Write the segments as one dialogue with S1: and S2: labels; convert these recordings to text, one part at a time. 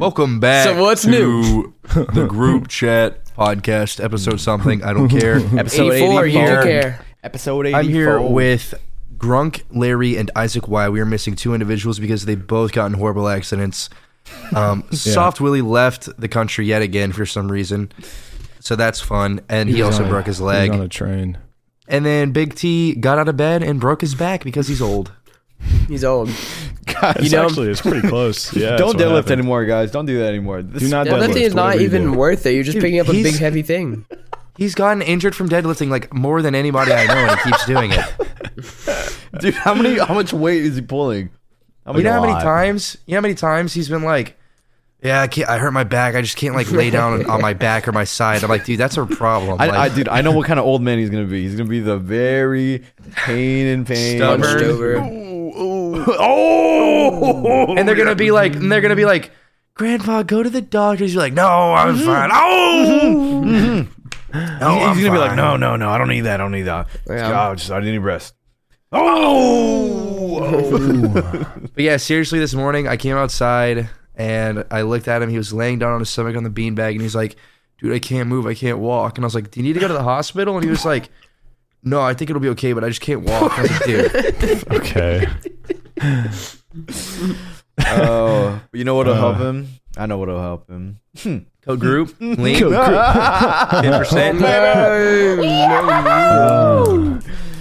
S1: Welcome back.
S2: So what's
S1: to
S2: new?
S1: The group chat podcast episode something. I don't care.
S3: Episode 84,
S2: you do care.
S3: Episode 84.
S1: I'm here with Grunk, Larry, and Isaac Y. We are missing two individuals because they both got in horrible accidents. Um, Soft Willie left the country yet again for some reason. So that's fun. And he, also
S4: on a-
S1: broke his
S4: He's on
S1: leg.
S4: a train.
S1: And then Big T got out of bed and broke his back because he's old.
S2: He's old.
S3: Guys,
S4: It's
S2: You know-
S4: actually, it's pretty close. Yeah. that's what
S3: don't deadlift
S4: happened.
S3: anymore, guys. Don't do that anymore.
S4: Do not
S2: That
S4: deadlift.
S2: thing is not
S4: whatever you
S2: even
S4: do.
S2: worth it. You're just
S1: Dude,
S2: picking up a
S1: he's-
S2: big heavy thing.
S1: He's gotten injured from deadlifting like more than anybody I know, and he keeps doing it.
S3: Dude, how many? How much weight is he pulling?
S1: You know how many times? You know how many times he's been like, "Yeah, I can't. I hurt my back. I just can't like lay down on, on my back or my side." I'm like, dude, that's a problem.
S3: I,
S1: like,
S3: I, dude, I know what kind of old man he's gonna be. He's gonna be the very pain and pain.
S1: Stubborn.
S2: Hunched over.
S3: Oh,
S1: and they're gonna be like, and they're gonna be like, "Grandpa, go to the doctors." You're like, "No, I'm
S3: Mm-hmm.
S1: fine." Oh, no,
S3: he's
S1: I'm
S3: gonna be like,
S1: fine.
S3: no, no, no, I don't need that. I don't need that.
S2: Yeah.
S3: Oh, just I need breast. Oh,
S1: But yeah, seriously, this morning I came outside and I looked at him. He was laying down on his stomach on the beanbag, and he's like, "Dude, I can't move. I can't walk." And I was like, "Do you need to go to the hospital?" And he was like. No, I think it'll be okay, but I just can't walk. I was like, dude,
S4: Okay.
S3: oh. But you know what'll help
S4: Uh.
S3: him? I know what'll help him.
S1: code group, lean,
S2: No,
S1: 10%.
S2: no,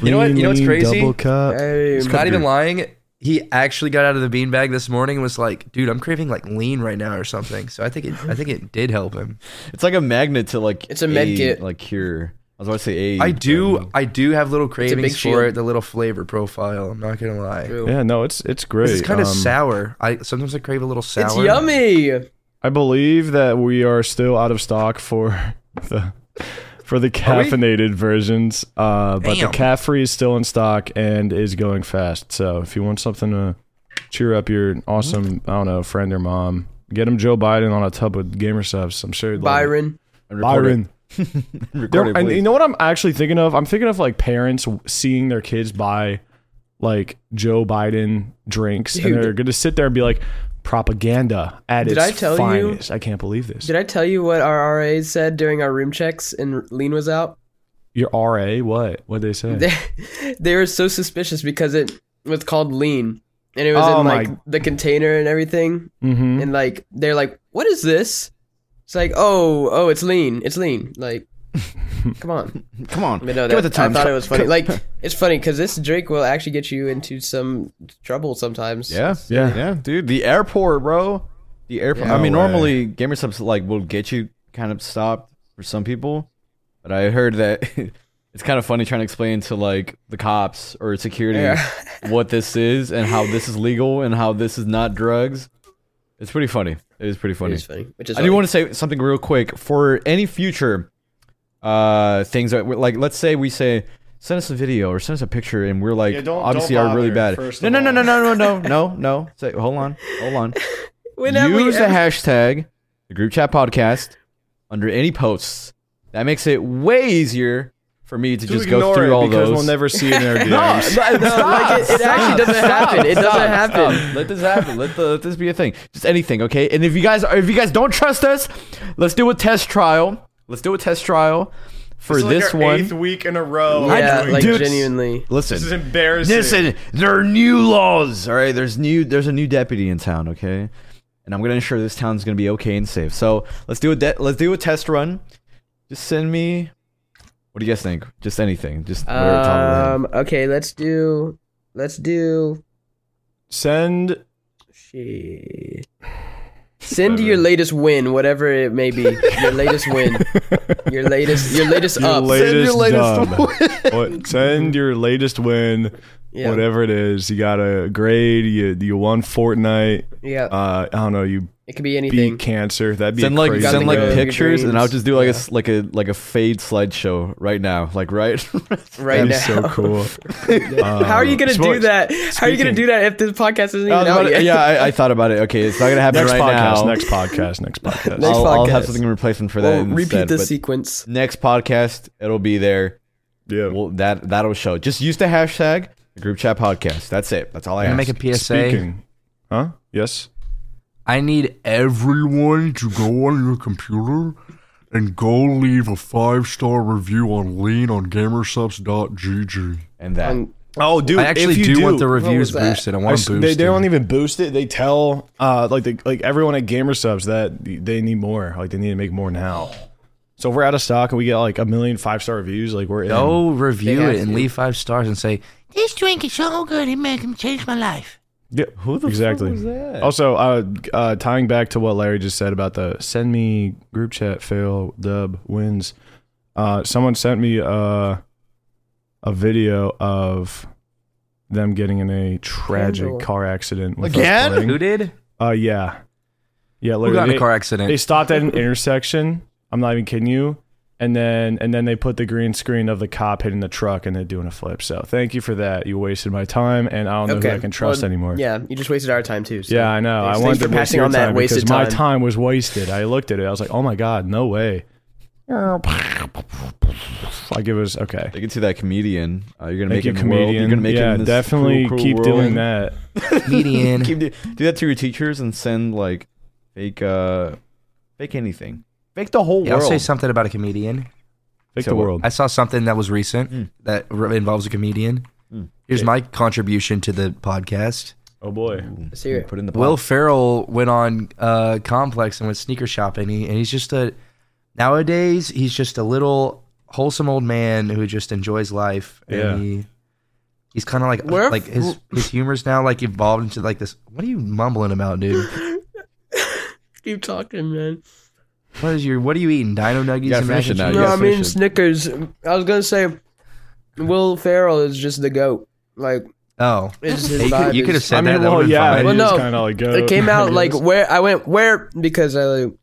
S1: You know what- you know what's
S4: Lean,
S1: crazy?
S4: Double cup.
S2: no.
S1: I'm not even lying. He actually got out of the beanbag this morning and was like, "Dude, I'm craving like lean right now or something." So I think it, I think it did help him.
S3: It's like a magnet to like.
S2: It's a med
S3: aid,
S2: kit.
S3: Like cure. I was about to say aid.
S1: I do,
S3: but-
S1: I do have little cravings
S2: big
S1: for
S2: shield.
S1: it. The little flavor profile. I'm not gonna lie.
S2: True.
S4: Yeah, no, it's it's great.
S1: It's kind of
S4: Um,
S1: sour. I sometimes I crave a little sour.
S2: It's yummy.
S4: I believe that we are still out of stock for the for the caffeinated versions, uh, but
S1: Damn.
S4: the caffrey is still in stock and is going fast. So if you want something to cheer up your awesome, I don't know, friend or mom, get him Joe Biden on a tub with gamer subs. I'm sure he'd love it.
S2: Byron.
S3: and record it.
S4: Byron.
S3: Record it,
S4: and
S3: please.
S4: you know what I'm actually thinking of? I'm thinking of like parents w- seeing their kids buy like Joe Biden drinks,
S2: Dude.
S4: and they're going to sit there and be like, "Propaganda at
S2: Did
S4: its
S2: I tell you-
S4: finest." I can't believe this.
S2: Did I tell you what our RAs said during our room checks and Lean was out?
S4: Your RA, what? What they say?
S2: They, they were so suspicious because it was called Lean. And it was
S4: Oh
S2: in like
S4: my-
S2: the container and everything.
S4: mm-hmm.
S2: and like they're like, "What is this?" It's like, "Oh, oh, it's lean, it's lean." Like, come on,
S3: Come on.
S2: but no,
S3: Give it
S2: that,
S3: the time.
S2: I thought it was funny. Like, it's funny because this drink will actually get you into some trouble sometimes.
S3: Yeah,
S4: Yeah.
S3: yeah, dude. The airport, bro. The airport. I
S4: No
S3: mean,
S4: way.
S3: normally gamer subs like will get you kind of stopped for some people, but I heard that it's kind of funny trying to explain to like the cops or security
S2: Yeah.
S3: what this is and how this is legal and how this is not drugs. It's pretty funny. It is pretty funny.
S2: it's funny. Which is
S3: I do want to say something real quick for any future uh things that we- like let's say we say send us a video or send us a picture and we're like
S4: Yeah, don't-
S3: obviously
S4: don't
S3: are really
S4: bother,
S3: bad.
S4: first
S3: No
S4: of
S3: no no
S4: all.
S3: no no no no no no. Say hold on. Hold on.
S2: whenever
S3: Use the
S2: ever-
S3: hashtag the group chat podcast under any posts. That makes it way easier for me to just go through all
S4: because
S3: those.
S4: we'll never see it in our DMs.
S3: No,
S2: No, like it, it actually doesn't happen. It doesn't happen.
S3: Stop. Let this happen. Let, the, let this be a thing. Just anything, okay? And if you guys if you guys don't trust us, let's do a test trial. Let's do a test trial for this one.
S4: week in a row.
S2: Yeah, like
S3: Dude,
S2: genuinely.
S3: Listen.
S4: embarrassing.
S3: Listen, there are new laws. All right, there's new there's a new deputy in town, okay? And I'm going to ensure this town's going to be okay and safe. So, let's do a de- let's do a test run. Just send me What do you guys think? Just anything. Just whatever top of the head.
S2: Um. Okay, let's do. Let's do.
S4: Send
S2: Shit. Send your latest win, whatever it may be. Your latest win. Your latest. Your latest
S4: your
S2: up.
S4: latest,
S3: latest
S4: dub. What- send your latest win,
S2: Yeah.
S4: whatever it is. You got a grade. You you won Fortnite.
S2: Yeah.
S4: Uh, I don't know. You
S2: It could be
S4: beat
S2: anything.
S4: cancer. That'd be
S3: send
S4: a
S3: like
S4: crazy.
S3: send like
S2: Gotta
S4: day.
S2: go.
S3: pictures, and I'll
S2: Dreams.
S3: just do like a s- like a like a fade slideshow right now, like right.
S2: right
S4: That'd be
S2: now.
S4: so cool. Uh,
S2: How are you gonna do that? How are you gonna
S4: Um, Speaking-
S2: do that if this podcast isn't even
S3: I was
S2: out
S3: about to-
S2: yet?
S3: yeah, I, I thought about it. Okay, it's not gonna happen
S4: Next
S3: right
S4: podcast,
S3: now.
S4: next podcast. Next podcast.
S2: Next
S3: I'll, I'll
S2: podcast.
S3: have something in replacement for
S2: We'll
S3: that.
S2: repeat
S3: instead,
S2: the
S3: but
S2: sequence.
S3: next podcast, it'll be there.
S4: yeah.
S3: Well, that that'll show. Just use the hashtag group chat podcast. That's it. That's all I
S1: Can I
S3: ask.
S1: make a PSA?
S4: Speaking. Huh? Yes.
S1: I need everyone to go on your computer and go leave a five star review on lean on gamersubs.gg.
S3: and that.
S2: Um,
S4: Oh, dude!
S1: I actually
S4: if you
S1: do, want the
S2: What
S1: reviews
S2: was that?
S1: boosted. I
S4: I
S1: want
S4: s-
S1: them
S4: they,
S1: boosted.
S4: they don't even boost it. They tell uh, like the, like everyone at Gamer Subs that they need more. Like they need to make more now. So if we're out of stock and we get like a million five star reviews, like we're in.
S1: Go review
S2: They
S1: it
S2: have
S1: and
S2: to.
S1: leave five stars and say,
S5: This drink is so good, it made him change my life.
S4: Yeah,
S3: Who the fuck
S4: exactly.
S3: was that?
S4: Also, uh, uh, tying back to what Larry just said about the send me group chat fail dub wins. Uh, someone sent me uh, a video of them getting in a tragic
S2: Handle.
S4: car accident with us
S3: Again?
S4: playing.
S1: Who did?
S4: Uh, yeah, yeah.
S1: Who got in
S4: Larry,
S1: a car
S4: they
S1: accident?
S4: stopped at an intersection. I'm not even kidding you. And then and then they put the green screen of the cop hitting the truck and they're doing a flip. So thank you for that. You wasted my time and I don't know who I can trust
S2: Well,
S4: anymore.
S2: Yeah, you just wasted our time too. So.
S4: Yeah, I know.
S2: Thanks-
S4: I
S2: thanks for
S4: wanted to waste
S2: passing
S4: your
S2: on that
S4: time
S2: wasted
S4: because my
S2: time.
S4: time was wasted. I looked at it. I was like, oh my god, no way. Like it was okay.
S3: They can see that comedian. Uh, you're gonna
S4: Thank
S3: make
S4: you,
S3: him World.
S4: comedian.
S3: You're gonna make
S4: yeah,
S3: him this
S4: definitely
S3: cruel, cruel
S4: keep
S3: world.
S4: doing that.
S1: Median.
S3: Keep do, do that to your teachers and send like fake, uh, fake anything. Fake the whole
S1: Yeah, I'll
S3: world.
S1: say something about a comedian.
S4: Fake
S3: So
S4: the
S3: what-
S4: world.
S1: I saw something that was recent
S3: Mm.
S1: that re- involves a comedian.
S3: Mm.
S1: Here's my contribution to the podcast.
S4: oh boy.
S3: Ooh,
S2: Let's hear it.
S3: Put in the
S1: Will
S3: pot.
S1: Ferrell went on uh, Complex and went sneaker shopping, he, and he's just a nowadays he's just a little wholesome old man who just enjoys life. and
S4: Yeah.
S1: he, he's kind of like
S2: Where-
S1: like his his humor's now like evolved into like this. What are you mumbling about, dude?
S2: Keep talking, man.
S1: What is your What are you eating? Dino
S3: You
S1: nuggets
S3: gotta
S1: and mac
S3: finish it
S1: and
S3: now.
S1: cheese?
S3: You
S2: No, I
S3: gotta
S2: mean
S3: finish it.
S2: Snickers. I was gonna say, Will Ferrell is just the goat. Like
S1: Oh,
S2: it's
S1: Hey,
S2: his
S1: you could,
S2: vibe.
S1: you could have
S2: is-
S1: said
S4: I mean,
S1: that. that
S4: well,
S1: would've been
S4: yeah,
S1: fine.
S4: he
S2: Well,
S4: just
S2: no,
S4: kinda like go.
S2: It came out like
S4: Yes.
S2: where I went where because I. Like,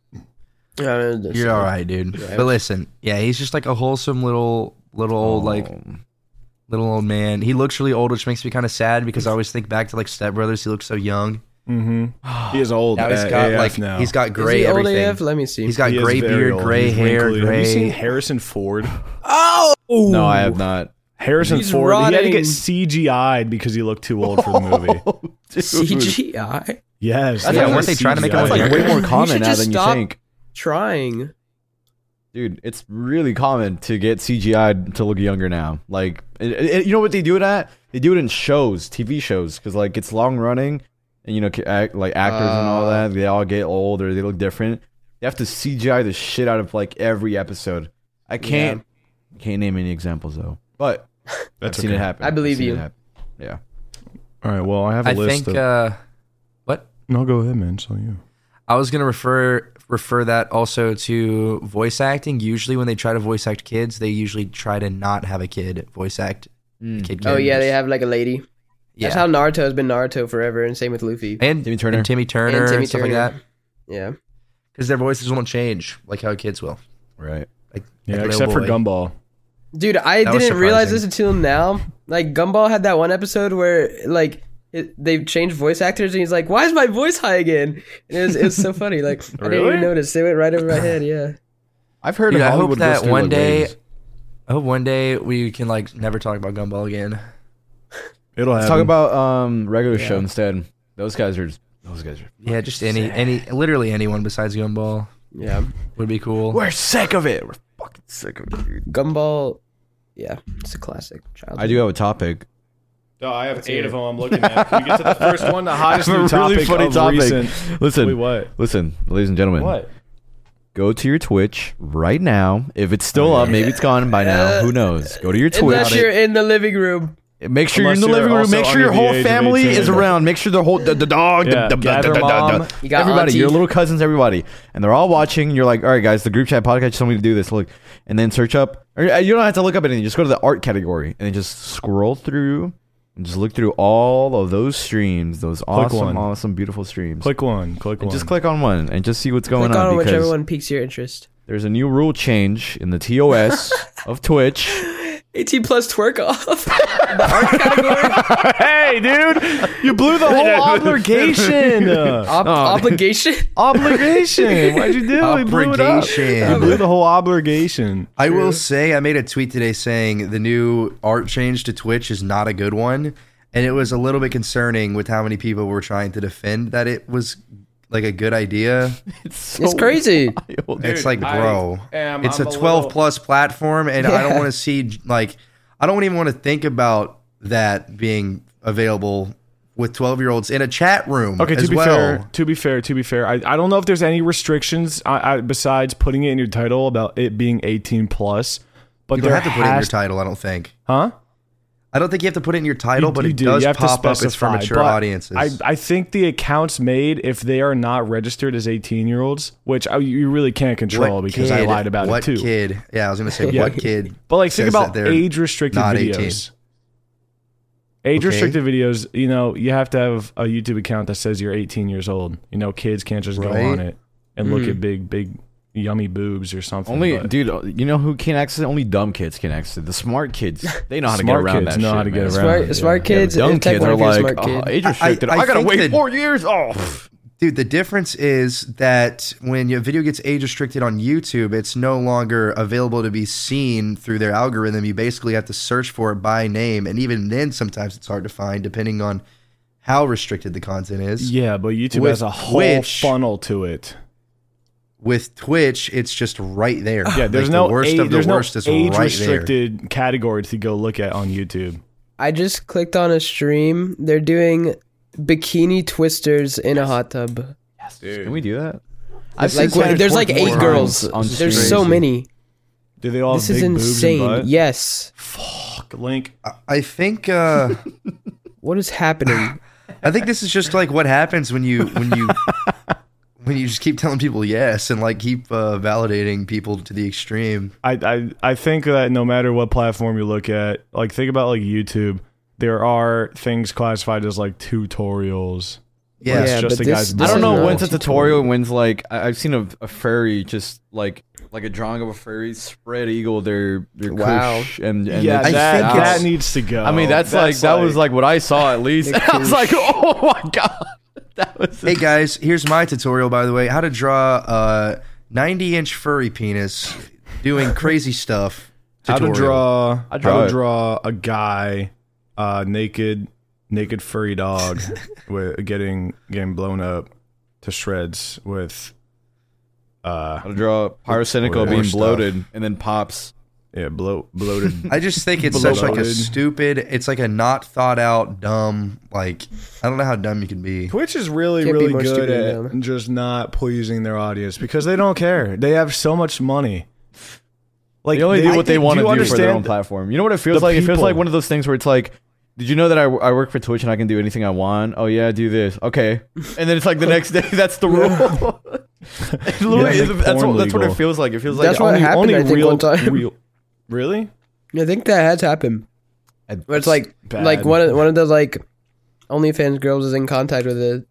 S2: I don't know,
S1: You're all right, dude. But listen, yeah, he's just like a wholesome little little old like
S3: Um,
S1: little old man. He looks really old, which makes me kind of sad because I always think back to like Step Brothers. He looks so young.
S4: Mhm. He is old.
S1: Now he's
S4: uh,
S1: got
S4: AF
S1: like
S4: now.
S1: he's got
S2: Is he
S1: gray
S2: old
S1: everything.
S2: AF? Let me see.
S1: He's got
S4: He is
S1: gray
S4: very
S1: beard,
S4: old.
S1: gray
S4: He's
S1: hair,
S4: wrinkly. Have you seen
S1: gray.
S4: Harrison Ford?
S2: Oh!
S3: no, I have not.
S4: Harrison
S2: He's
S4: Ford. He had to
S2: rotting.
S4: get CGI'd because he looked too old for the movie.
S3: Oh, Dude,
S2: CGI.
S4: Yes.
S3: That's
S4: yeah,
S3: like-
S4: weren't they trying to make
S1: him
S4: it
S3: That's like way more
S2: You
S3: common
S2: should
S3: now
S2: just
S3: than you
S2: stop-
S3: think.
S2: Trying.
S3: Dude, it's really common to get CGI to look younger now. Like, it, it- you know what they do it at? They do it in shows, TV shows, because like it's long running, and you know, ca- act, like actors and all
S2: Uh.
S3: that, they all get old or they look different. They have to CGI the shit out of like every episode. I can't, can't name any examples though, but
S4: That's
S3: I've seen
S4: okay.
S3: it happen.
S2: I believe
S3: I've seen
S2: you.
S3: it happen. Yeah,
S4: All right. Well, I have a
S1: I
S4: list.
S1: think.
S4: of,
S1: uh What?
S4: no, go ahead, man. It's on you.
S1: I was gonna refer refer that also to voice acting. Usually, when they try to voice act kids, they usually try to not have a kid voice act.
S3: Mm.
S1: Kid
S2: Oh yeah, they
S1: characters.
S2: have like a lady.
S1: Yeah.
S2: That's how Naruto has been Naruto forever, and same with Luffy.
S1: and
S3: Timmy Turner.
S1: and Timmy Turner,
S2: And
S1: and,
S2: Timmy
S1: stuff
S2: Turner.
S1: like that,
S2: Yeah.
S1: because their voices won't change like how kids will.
S3: right.
S1: Like,
S4: Yeah,
S1: like
S4: except for
S1: Little Boy.
S4: Gumball.
S2: Dude, I
S1: That was
S2: didn't realize this
S1: surprising.
S2: until now. Like Gumball had that one episode where like it, they've changed voice actors, and he's like, "Why is my voice high again?" And it was it was so funny. Like I didn't
S4: Really?
S2: even notice. It went right over my head. Yeah.
S3: I've heard
S1: Dude,
S3: of
S1: I hope
S3: Hollywood goes
S1: that
S3: through,
S1: one
S3: like,
S1: day-
S3: waves.
S1: I hope one day we can like never talk about Gumball again.
S4: It'll
S3: Let's
S4: happen.
S3: talk about um regular show instead. Those guys are those guys are.
S1: Yeah, just any any literally anyone besides Gumball
S2: Yeah.
S1: would be cool.
S3: We're sick of it. We're fucking sick of it. Dude.
S2: Gumball. Yeah, it's a classic. Child.
S3: I do have a topic.
S4: No, I have eight of them. I'm looking at. Can we get to the first one? The hottest new topic of recent.
S3: Listen,
S4: Wait, what?
S3: listen, ladies and gentlemen.
S4: What?
S3: Go to your Twitch right now. If it's still up, maybe it's gone by now. Who knows? Go to your
S2: Unless
S3: Twitch.
S2: you're in the living room.
S3: Make sure you're
S4: Unless
S3: in the
S4: you're
S3: living room.
S4: also
S3: Make sure your
S4: under the
S3: whole
S4: age of
S3: family
S4: 18.
S3: is around. Make sure the whole the, the dog, the-
S4: Yeah,
S3: the, the,
S4: gather
S3: the- the-
S4: mom.
S3: the-
S2: You got
S3: everybody,
S2: auntie.
S3: your little cousins, everybody, and they're all watching. You're like, all right, guys, the group chat podcast told me to do this. Look, and then search up. Or uh, you don't have to look up anything. Just go to the art category and then just scroll through and just look through all of those streams. Those
S4: one.
S3: awesome, awesome, beautiful streams.
S4: Click one. Click
S3: and
S4: one.
S3: just click on one and just see what's going
S2: Click on
S3: because
S2: whichever one piques your interest.
S3: there's a new rule change in the TOS of Twitch.
S2: 18 plus twerk off. the art category.
S4: hey, dude! You blew the whole obligation. Uh,
S2: Ob- obligation.
S3: Oh.
S4: obligation. Why'd you do? it? We blew it up.
S1: Obligation.
S4: You blew the whole obligation.
S1: I will say I made a tweet today saying the new art change to Twitch is not a good one, and it was a little bit concerning with how many people were trying to defend that it was like a good idea.
S3: It's, so
S2: It's crazy.
S3: wild.
S1: it's like,
S4: I
S1: bro,
S4: am-
S1: it's
S4: I'm
S1: a
S4: a
S1: 12
S4: little-
S1: plus platform, and I don't
S2: Yeah.
S1: want to see like I don't even want to think about that being available with 12 year olds in a chat room.
S4: Okay, to
S1: as
S4: be
S1: well.
S4: fair, to be fair, to be fair, I, I don't know if there's any restrictions I, I, besides putting it in your title about it being 18 plus, but
S1: you
S4: there
S1: don't have to put it in your
S4: has-
S1: title. I don't think.
S4: Huh?
S1: I don't think you have to put it in your title,
S4: You-
S1: but
S4: you
S1: it
S4: do.
S1: does
S4: You have to
S1: pop up. It's for
S4: specify,
S1: mature
S4: but
S1: audiences.
S4: I, I think the accounts made if they are not registered as 18 year olds, which I, you really can't control
S1: What
S4: because I
S1: kid-
S4: lied about
S1: what
S4: it too.
S1: kid? Yeah, I was gonna say
S4: Yeah.
S1: what kid?
S4: But like, think
S1: says that
S4: about
S1: they're
S4: age restricted
S1: not 18?
S4: videos. Age restricted videos, you know, you have to have a YouTube account that says you're 18 years old. You know, kids can't just
S1: Right.
S4: go on it and look at big, big, yummy boobs or something.
S3: Only
S4: but-
S3: dude, uh, you know who can access? it? Only dumb kids can access. it. The smart kids, they know how to
S4: Smart
S3: get around
S4: kids
S3: that.
S4: know
S3: shit,
S4: how to get
S3: man.
S4: around
S2: Smart,
S4: it,
S2: smart
S4: yeah.
S2: kids.
S3: Dumb
S2: and tech
S3: kids are
S2: workers,
S3: like
S2: smart kid.
S3: "Oh, age
S1: I-
S3: restricted. I,
S1: I
S3: gotta
S1: think
S3: wait
S1: that-
S3: four years. Oh, pff.
S1: Dude, the difference is that when your video gets age restricted on YouTube, it's no longer available to be seen through their algorithm. You basically have to search for it by name, and even then, sometimes it's hard to find depending on how restricted the content is.
S4: Yeah, but YouTube
S1: With
S4: has a whole
S1: which-
S4: funnel to it.
S1: With Twitch, it's just right there.
S4: Yeah, there's
S1: Like,
S4: no
S1: the worst
S4: age,
S1: of the
S4: there's
S1: worst
S4: no
S1: is
S4: age
S1: right there.
S4: restricted category to go look at on YouTube.
S2: I just clicked on a stream. They're doing bikini twisters in a hot tub.
S3: Can we do that? I've
S2: Like
S3: seen
S2: wait, there's like
S3: Saturday
S2: eight
S3: Night
S2: girls.
S3: Live on
S2: There's
S3: stream.
S2: so many.
S4: Do they all
S2: This
S4: have
S2: is
S4: Oh, big boobs and
S2: insane.
S4: butt?
S2: Yes.
S4: Fuck, Link.
S1: I think. Uh,
S2: What is happening?
S1: I think this is just like what happens when you when you when you just keep telling people yes and like keep uh, validating people to the extreme.
S4: I, I I think that no matter what platform you look at, like think about like YouTube, there are things classified as like tutorials.
S1: Yeah,
S4: it's just
S2: but
S4: a
S2: this-
S4: guy's butt.
S3: I
S2: this
S3: don't
S2: is
S3: know
S2: not
S3: when's a
S2: cheating.
S3: tutorial and when's like I, I've seen a, a fairy just like like a drawing of a fairy spread eagle their their
S2: Wow.
S3: kush and, and
S4: yeah,
S3: it's
S1: think
S4: that,
S3: out.
S4: that needs Oh, to go.
S3: I mean that's, like, that was like what I saw at least. I was like, oh my god, that was.
S1: Hey guys, here's my tutorial by the way, how to draw a 90 inch furry penis doing crazy stuff.
S4: how to
S1: tutorial.
S4: draw I
S3: draw
S4: how to
S3: it.
S4: draw a guy uh naked naked furry dog with getting getting blown up to shreds with uh
S3: How to draw
S4: Or
S3: Pyrocynical being
S1: stuff.
S3: bloated and then pops.
S4: yeah bloat bloated
S1: I just think it's such like a
S4: Bloated.
S1: stupid. It's like a not thought out, dumb. Like I don't know how dumb you can be.
S4: Twitch is really,
S2: Can't be
S4: really
S2: more
S4: good
S2: stupid
S4: at
S2: than them.
S4: just not pleasing their audience because they don't care. They have so much money. Like
S3: They only do what they want
S4: you
S3: to do for their
S4: understand-
S3: own platform. You know what it feels
S4: the
S3: like? It feels
S4: people.
S3: like one of those things where it's like, did you know that I, I work for Twitch and I can do anything I want? Oh yeah, do this. Okay, and then it's like the next day. That's the rule. It's literally-
S4: Yeah, it's like
S3: that's,
S4: porn
S3: what, that's what
S4: legal.
S3: it feels like. It feels like
S2: That's what happened, I think, one time.
S4: real- really?
S2: I think that has happened. Where it's like
S4: bad.
S2: like one of, one of the like OnlyFans girls is in contact with a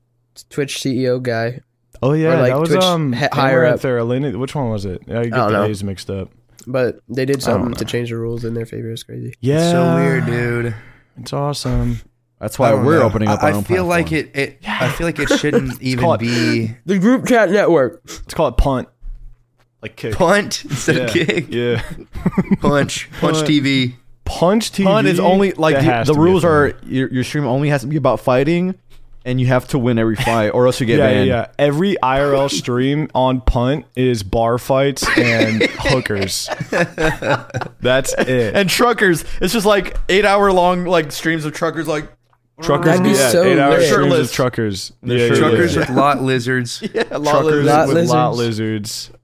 S2: Twitch CEO guy.
S4: Oh yeah,
S2: like,
S4: that was
S2: Twitch
S4: um
S2: he-
S4: they
S2: higher
S4: were at
S2: up.
S4: Their, Elena- which one was it? I get
S2: don't
S4: the
S2: know.
S4: A's mixed up.
S2: But they did something
S4: know.
S2: to change the rules in their favor. It's crazy.
S4: Yeah,
S1: It's so weird, dude.
S4: It's awesome.
S3: that's why
S1: I don't
S3: we're
S1: know.
S3: opening up.
S1: I,
S3: our
S1: I
S3: own
S1: feel like
S3: platform.
S1: it. it I feel like it shouldn't even
S4: called-
S1: be
S2: The group chat network.
S4: Let's call it punt. Like kick.
S1: punt instead
S4: yeah.
S1: of kick.
S4: Yeah.
S1: Punch, punch TV.
S4: Punch TV.
S3: Pun is only
S4: That
S3: like
S4: has
S3: the,
S4: to
S3: the
S4: be a
S3: rules
S4: thing.
S3: are your, your stream only has to be about fighting, and you have to win every fight or else you get
S4: Yeah, yeah,
S3: banned.
S4: yeah. Every IRL stream on punt is bar fights and hookers. That's it.
S3: And truckers, it's just like eight hour long like streams of truckers like
S4: truckers,
S2: That'd be
S4: yeah,
S2: so
S4: eight hour
S2: lit.
S4: streams
S3: Shirtless.
S4: of truckers.
S3: They're
S4: yeah, yeah,
S1: Truckers
S4: yeah.
S1: with lot lizards.
S3: yeah, a lot of
S4: truckers
S3: lizards.
S2: Lot
S4: with lot
S2: lizards.
S4: lizards.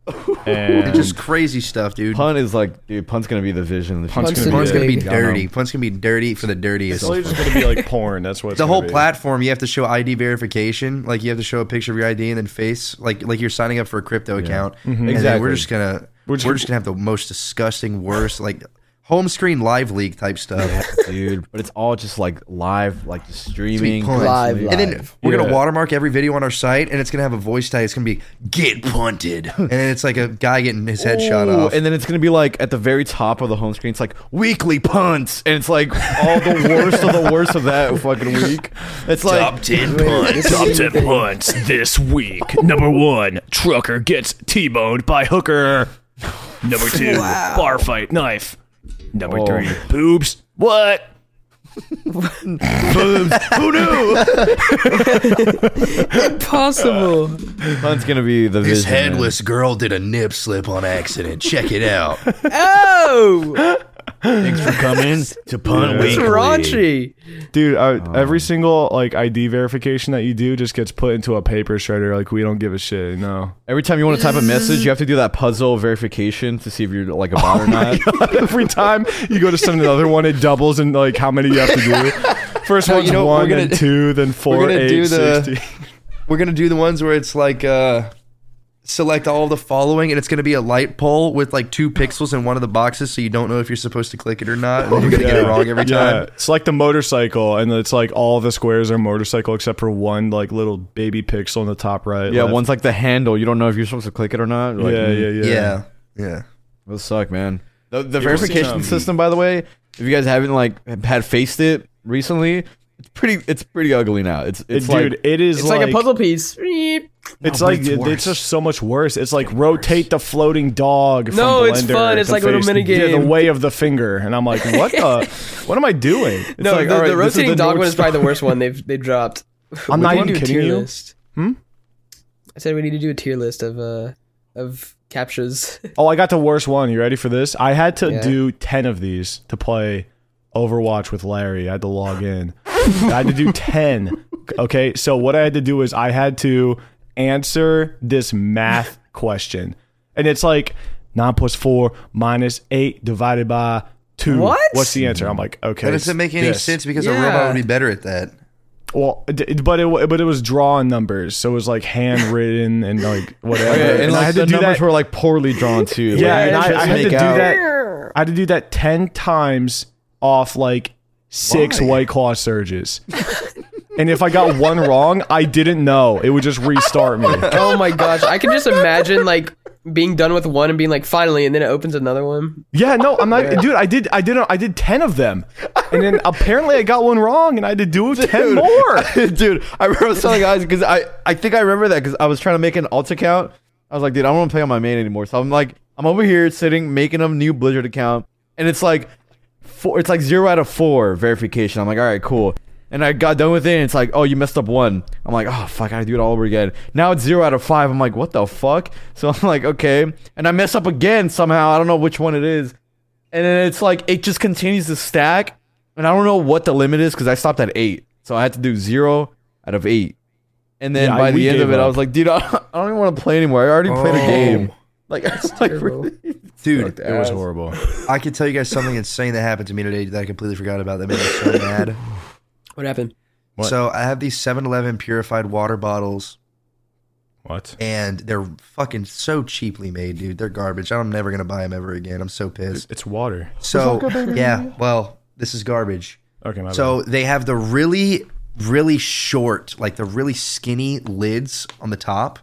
S4: And
S1: Just crazy stuff, dude.
S3: Pun is like, dude, pun's gonna be the vision. Of the
S4: Pun's
S3: future.
S4: gonna
S1: Punt's gonna be
S2: big.
S1: dirty. Punt's gonna be dirty for the dirtiest.
S4: it's literally just gonna be like porn. That's what it's
S1: the
S4: gonna
S1: whole
S4: be.
S1: platform you have to show ID verification. Like you have to show a picture of your ID and then face like like you're signing up for a crypto account. And then
S3: Exactly.
S1: We're just gonna we're
S4: We're
S1: just,
S4: just-
S1: gonna have the most disgusting, worst like home screen live leak type stuff.
S3: dude. But it's all just like live, like just streaming.
S1: Punt.
S2: Live,
S1: and then
S2: live.
S1: we're gonna
S4: Yeah.
S1: watermark every video on our site, and it's gonna have a voice tag. It's gonna be "Get punted," and then it's like a guy getting his head shot
S3: Ooh,
S1: off.
S3: And then it's gonna be like at the very top of the home screen. It's like weekly punts, and it's like all the worst of the worst of that fucking week. It's like
S1: Top ten punt.
S6: Top 10 punts this week. Number one, trucker gets T boned by hooker. Number two, bar fight knife. Number
S3: Oh.
S6: three, boobs. What?
S3: Boobs. Who knew?
S2: Impossible.
S3: Hunt's gonna be the
S1: This
S3: vision,
S1: headless girl did a nip slip on accident. Check it out.
S2: Oh,
S3: Man. Thanks for coming to Punt
S4: Yeah.
S2: it's
S3: Weekly.
S2: raunchy.
S4: Dude, I, every single like ID verification that you do just gets put into a paper shredder. Like we don't give a shit. You know.
S3: Every time you want to type a message, you have to do that puzzle verification to see if you're like a bot or not.
S4: every time you go to send another one, it doubles in like how many you have to do. First
S1: No,
S4: one's
S1: you know,
S4: one,
S1: we're gonna-
S4: then two, then four,
S1: gonna
S4: eight,
S1: do the-
S4: 60.
S1: We're gonna do the ones where it's like uh select all of the following and it's gonna be a light pole with like two pixels in one of the boxes so you don't know if you're supposed to click it or not. And then you're gonna get it wrong every time.
S4: Yeah, it's like the motorcycle, and it's like all the squares are motorcycle except for one like little baby pixel in the top right.
S3: yeah,
S4: left.
S3: one's like the handle. You don't know if you're supposed to click it or not. Like,
S4: yeah, yeah, yeah,
S1: Yeah. Yeah.
S3: Those suck, man. Um, The,
S4: People
S3: the
S4: see
S3: verification
S4: them.
S3: system, by the way, if you guys haven't like had faced it recently, it's pretty. It's pretty ugly now. It's it's like
S4: Dude, it is
S2: It's like, a puzzle piece. Beep.
S4: It's
S3: No, but
S4: like
S3: it's
S4: it- it's,
S3: worse.
S4: just so much worse. It's like rotate the floating dog. From
S2: No, it's
S4: Blender
S2: fun. It's
S4: to
S2: like a little
S4: face-
S2: mini
S4: Yeah, the
S2: game.
S4: way of the finger, and I'm like, what the? what am I doing? It's
S2: No,
S4: like,
S2: the,
S4: all right,
S2: the
S4: this is
S2: rotating dog
S4: North
S2: one is
S4: Star.
S2: probably the worst one they've they dropped.
S4: I'm
S2: We
S4: not
S2: need
S4: even
S2: to do a
S4: kidding
S2: tier
S4: you.
S2: List. I said we need to do a tier list of uh of captures.
S4: Oh, I got the worst one. You ready for this? I had to
S2: Yeah.
S4: do 10 of these to play Overwatch with Larry. I had to log in. I had to do 10. Okay. So, what I had to do is I had to answer this math question. And it's like 9 plus 4 minus 8 divided by 2.
S2: What?
S4: What's the answer? I'm like, okay.
S1: That doesn't make any
S4: this.
S1: sense because a
S2: Yeah.
S1: robot would be better at that.
S4: Well, d- but it, wa- but it was drawing numbers. So, it was like handwritten and like whatever.
S3: Yeah, and, like
S4: I had
S3: the
S4: to do
S3: numbers
S4: that.
S3: were like poorly drawn too. Like,
S4: Yeah,
S3: you
S4: and
S3: just
S4: I, I had to
S3: make
S4: do
S3: out-
S4: that. I had to do that ten times off like six
S1: Why?
S4: White Claw surges. and if I got one wrong, I didn't know. It would just restart me.
S2: oh my gosh, I can just imagine like being done with one and being like finally, and then it opens another one.
S4: Yeah, no, I'm not, dude. I did, I did, I did ten of them, and then apparently I got one wrong, and I had to do ten more.
S3: dude. I remember I was telling guys because I, I think I remember that because I was trying to make an alt account. I was like, dude, I don't want to play on my main anymore. So I'm like, I'm over here sitting making a new Blizzard account, and it's like, four, it's like zero out of four verification. I'm like, all right, cool. And I got done with it, and it's like, oh, you messed up one. I'm like, oh fuck, I gotta do it all over again. Now it's zero out of five. I'm like, what the fuck? So I'm like, okay, and I mess up again somehow. I don't know which one it is, and then it's like it just continues to stack. And I don't know what the limit is because I stopped at eight, so I had to do zero out of eight. And then
S4: Yeah,
S3: by
S4: we
S3: the end
S4: gave
S3: of it, I
S4: up.
S3: was like, dude, I don't, I don't even want to play anymore. I already played a
S1: Oh.
S3: game. Like, I was like,
S2: terrible.
S3: really?
S1: Dude,
S4: It was horrible.
S1: I could tell you guys something insane that happened to me today that I completely forgot about that made me so mad.
S2: What happened?
S4: What?
S1: So I have these 7-Eleven purified water bottles
S4: What?
S1: and they're fucking so cheaply made, dude. They're garbage. I'm never gonna buy them ever again. I'm so pissed.
S4: It's water.
S1: So yeah, well, this is garbage.
S4: Okay, my
S1: So they have the really, really short, like the really skinny lids on the top.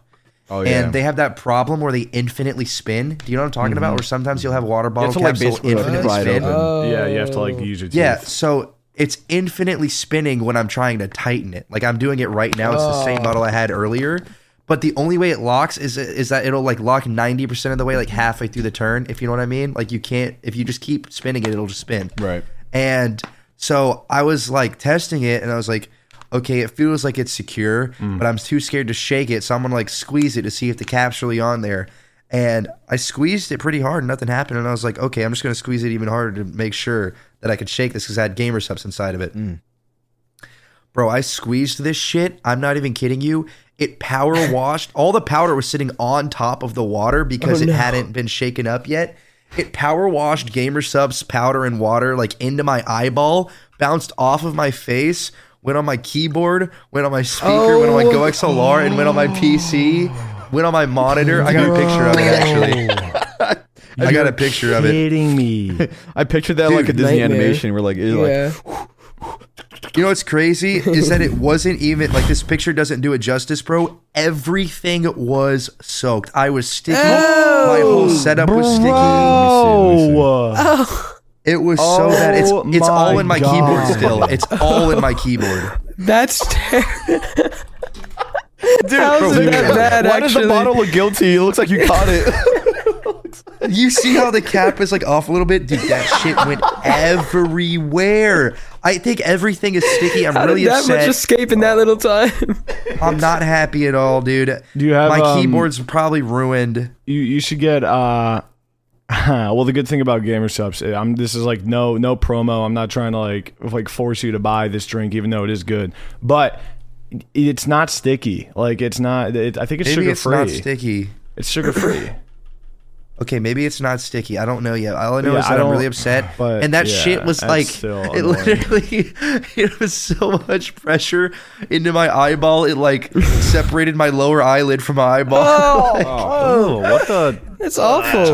S3: Oh yeah.
S1: And they have that problem where they infinitely spin. Do you know what I'm talking about? Where sometimes you'll have water bottle
S3: have to, like,
S1: caps that'll
S3: basically, like,
S1: infinitely
S3: pry it
S1: spin.
S4: bad.
S3: open.
S4: yeah, you have to like use your teeth.
S1: Yeah, so it's infinitely spinning when I'm trying to tighten it. Like I'm doing it right now. It's the same bottle I had earlier. But the only way it locks is is that it'll like lock 90% of the way like halfway through the turn, if you know what I mean. Like you can't if you just keep spinning it, it'll just spin.
S3: Right.
S1: And so I was like testing it and I was like, okay, it feels like it's secure, but I'm too scared to shake it. So I'm gonna like squeeze it to see if the cap's really on there. And I squeezed it pretty hard and nothing happened. And I was like, okay, I'm just gonna squeeze it even harder to make sure that I could shake this because I had gamer subs inside of it. Bro, I squeezed this shit. I'm not even kidding you. It power washed. All the powder was sitting on top of the water because it hadn't been shaken up yet. It power washed gamer subs powder and water like into my eyeball, bounced off of my face, went on my keyboard, went on my speaker, went on my Go XLR, and went on my PC, went on my monitor. I got a picture of it actually. I got a picture of it.
S4: kidding me.
S3: I pictured that like a
S1: Dude,
S3: Disney
S2: nightmare.
S3: animation. We're like, it's like
S2: Yeah.
S1: You know what's crazy is that it wasn't even like this picture doesn't do it justice, bro. Everything was soaked. I was sticky.
S2: Oh,
S1: My whole setup was sticky.
S4: Oh,
S1: It was so bad. It's
S4: Oh
S1: it's all
S4: my
S1: in my
S4: God.
S1: keyboard still. It's all in my keyboard.
S2: That's terrible. Dude, How's
S1: bro,
S2: it that
S1: dude,
S2: bad?
S3: Why does
S2: actually,
S3: the bottle look guilty? It looks like you caught it.
S1: You see how the cap is like off a little bit, dude? That shit went everywhere. I think everything is sticky. I'm
S2: How
S1: really
S2: did that
S1: upset.
S2: much escape in that little time?
S1: I'm not happy at all, dude.
S4: Do you have,
S1: my
S4: um,
S1: keyboard's probably ruined?
S4: You you should get uh well the good thing about gamer subs I'm this is like no no promo. I'm not trying to like like force you to buy this drink even though it is good. But it's not sticky. Like it's not it, I think it's
S1: Maybe
S4: sugar
S1: it's not
S4: free.
S1: sticky.
S4: It's sugar free.
S1: Okay, maybe it's not sticky. I don't know yet. All I know
S4: Yeah,
S1: is
S4: I
S1: that I'm
S4: don't-
S1: really upset.
S4: but
S1: and that
S4: yeah,
S1: shit was
S4: that's
S1: like,
S4: still
S1: it
S4: annoying.
S1: literally, it was so much pressure into my eyeball. It like separated my lower eyelid from my eyeball.
S4: oh, what the
S2: That's awful.